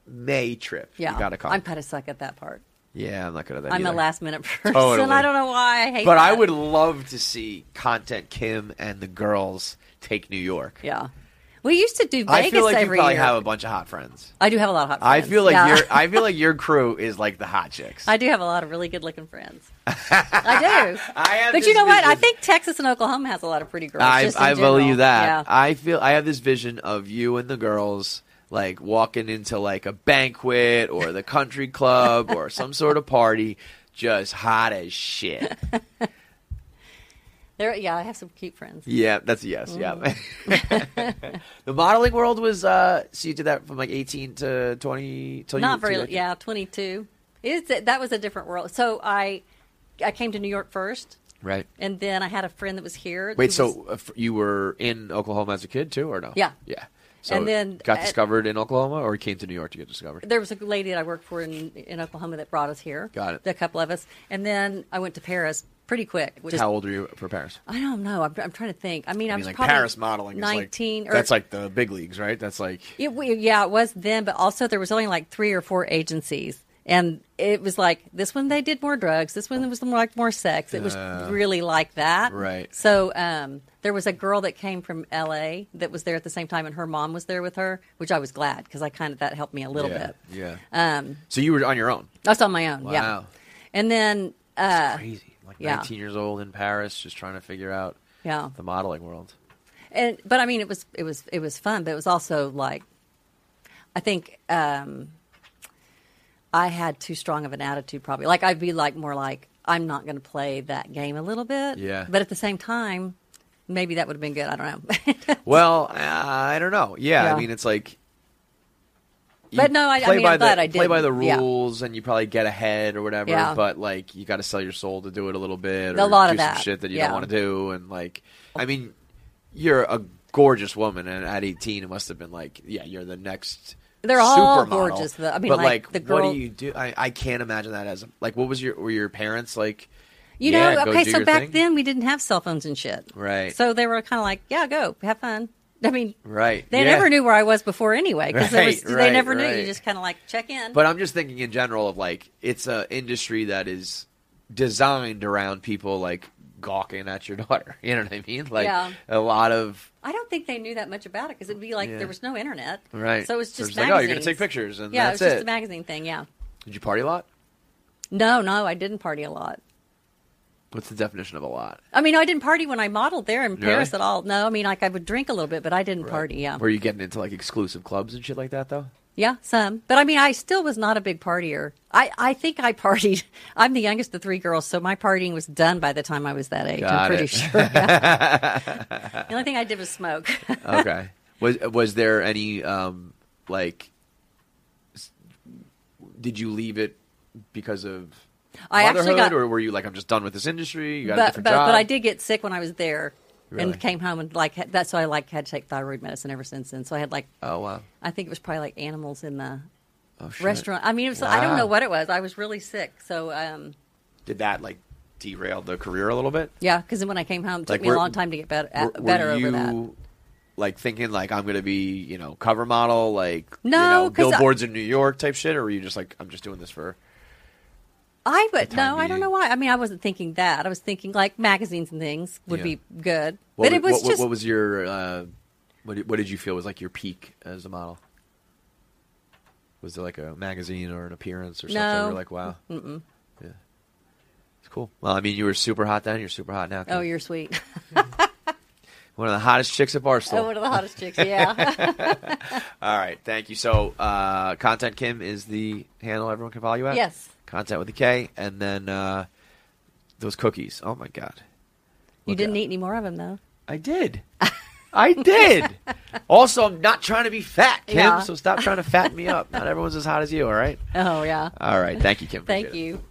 A: May trip.
C: Yeah,
A: You got to come.
C: I'm kind of suck at that part.
A: yeah, I'm not good at that.
C: I'm a
A: either.
C: last minute person.
A: Totally.
C: I don't know why I hate.
A: but
C: that.
A: I would love to see content Kim and the girls take New York.
C: Yeah, we used to do Vegas
A: I feel like you
C: every
A: probably
C: year.
A: have a bunch of hot friends.
C: I do have a lot of hot.
A: I
C: friends.
A: feel like
C: Yeah.
A: your I feel like your crew is like the hot chicks.
C: I do have a lot of really good looking friends. I do.
A: I have
C: but you
A: this
C: know what? I
A: vision-
C: think Texas and Oklahoma has a lot of pretty girls.
A: I,
C: just in
A: I
C: general.
A: believe that.
C: Yeah.
A: I feel I have this vision of you and the girls like walking into like a banquet or the country club or some sort of party, just hot as shit.
C: There, yeah, I have some cute friends.
A: Yeah, that's a yes. Yeah.
C: Mm.
A: the modeling world was uh so you did that from like 18 to 20 till
C: Not
A: you
C: very.
A: till you-
C: yeah, twenty two. It's that was a different world. So I, I came to New York first,
A: Right.
C: and then I had a friend that was here.
A: Wait,
C: who was-
A: so uh, f- you were in Oklahoma as a kid too or no?
C: Yeah.
A: Yeah. So
C: And
A: and
C: then
A: then got
C: at-
A: discovered in Oklahoma or came to New York to get discovered?
C: there was a lady that I worked for in in Oklahoma that brought us here.
A: Got it.
C: The couple of us, and then I went to Paris pretty quick. which-
A: How old were you for Paris?
C: I don't know. I'm, I'm trying to think. I mean, I,
A: I mean,
C: was
A: like
C: probably
A: Paris modeling is like-
C: nineteen. or,
A: That's like the big leagues, right? That's like
C: It, we- yeah, it was then, but also there was only like three or four agencies, and it was like this one they did more drugs, this one was more like more sex. It was
M: Uh,
C: really like that,
M: right.
C: So um, there was a girl that came from L.A. that was there at the same time, and her mom was there with her, which I was glad because I kind of that helped me a little
A: yeah,
C: bit.
A: Yeah.
C: Um,
A: so you were on your own.
C: That's on my own, yeah.
A: Wow.
C: And then uh,
A: crazy. Like
C: yeah. Oh.
A: 19 years old in Paris just trying to figure out
C: Yeah.
A: the modeling world.
C: and but I mean it was it was it was fun, but it was also like I think um I had too strong of an attitude probably. Like I'd be like more like I'm not going to play that game a little bit.
A: Yeah.
C: But at the same time, maybe that would have been good. I don't know.
A: Well, uh, I don't know. Yeah,
C: Yeah.
A: I mean, it's like. you
C: But no, I- I mean,
A: by
C: I'm glad
A: the,
C: I
A: Play by the
C: didn't. Yeah.
A: rules, and you probably get ahead or whatever.
C: Yeah.
A: But like, you got to sell your soul to do it a little bit. Or
C: A lot
A: do
C: of that.
A: Some shit that you
C: Yeah.
A: don't want to do, and like, I mean, you're a gorgeous woman, and at 18, it must have been like, yeah, you're the next.
C: They're all
A: supermodel.
C: gorgeous, though. I mean,
A: but
C: like,
A: like,
C: the
A: what
C: girl-
A: do you do? I, I can't imagine that as like, what was your were your parents like?
C: you
A: yeah,
C: know,
A: go
C: okay,
A: do
C: so
A: your
C: back
A: thing?
C: then we didn't have cell phones and shit.
A: right,
C: So they were kind of like, yeah, go, have fun. I mean,
A: right,
C: they
A: yeah.
C: never knew where I was before anyway because
A: Right,
C: they
A: right,
C: never knew. You
A: right.
C: just kind of like check in.
A: But I'm just thinking in general of like it's a industry that is designed around people like gawking at your daughter. You know what I mean? Like
C: Yeah.
A: a lot of
C: I don't think they knew that much about it because it'd be like
A: Yeah.
C: there was no internet,
A: Right.
C: So it was
A: So
C: just
A: it's like, oh, you're gonna
C: magazines.
A: take pictures and
C: yeah,
A: that's
C: it was just
A: it.
C: a magazine thing. Yeah,
A: did you party a lot?
C: no, no, I didn't party a lot.
A: What's the definition of a lot?
C: I mean, I didn't party when I modeled there in
A: Really?
C: Paris at all. No, I mean, like I would drink a little bit, but I didn't party. Yeah,
A: Were you getting into like exclusive clubs and shit like that though?
C: yeah, some, but I mean, I still was not a big partier. I, I think I partied. I'm the youngest of three girls, so my partying was done by the time I was that age. I'm
A: Got
C: pretty
A: it.
C: sure. Yeah. the only thing I did was smoke.
A: Okay. was was there any um like s- did you leave it because of
C: I actually
A: motherhood
C: got-
A: or were you like I'm just done with this industry? You got a
C: but,
A: different
C: but,
A: job.
C: but I did get sick when I was there
A: Really?
C: and came home and like had- that's why I like had to take thyroid medicine ever since then. So I had like
A: Oh wow.
C: I think it was probably like animals in the
A: Oh, shit.
C: restaurant. I mean, it was, I don't
A: Wow.
C: know what it was. I was really sick. So um,
A: Did that like derail the career a little bit?
C: yeah, because when I came home, it took
A: Like,
C: me a
A: were-
C: long time to get better
A: Were-
C: at,
A: were
C: Uh, better over
A: you,
C: that.
A: Like thinking like I'm gonna be you know cover model like you
C: No,
A: know,
C: 'cause I-
A: billboards in New York type shit, or were you just like I'm just doing this for?
C: I would no, I don't know why. I mean, I wasn't thinking that. I was thinking like magazines and things would
A: Yeah.
C: be good,
A: What,
C: but it
A: wa-
C: was
A: what, what-
C: just
A: what was your uh, what did, what did you feel was like your peak as a model? Was there like a magazine or an appearance or something?
C: no.
A: You're like wow,
C: Mm-mm.
A: yeah, it's cool. Well, I mean, you were super hot then. You're super hot now.
C: Oh,
A: Kim.
C: you're sweet.
A: One of the hottest chicks at Barstool.
C: Oh, one of the hottest chicks, yeah.
A: All right, thank you. So, uh, Content Kim is the handle everyone can follow you at?
C: Yes.
A: Content with a K. And then uh, those cookies. Oh, my God.
C: you didn't eat any more of them though.
A: I did. I did. also, I'm not trying to be fat, Kim,
C: Yeah.
A: so stop trying to fatten me up. Not everyone's as hot as you, all right?
C: Oh yeah.
A: All right, thank you, Kim.
C: Thank
A: Appreciate it.
C: you.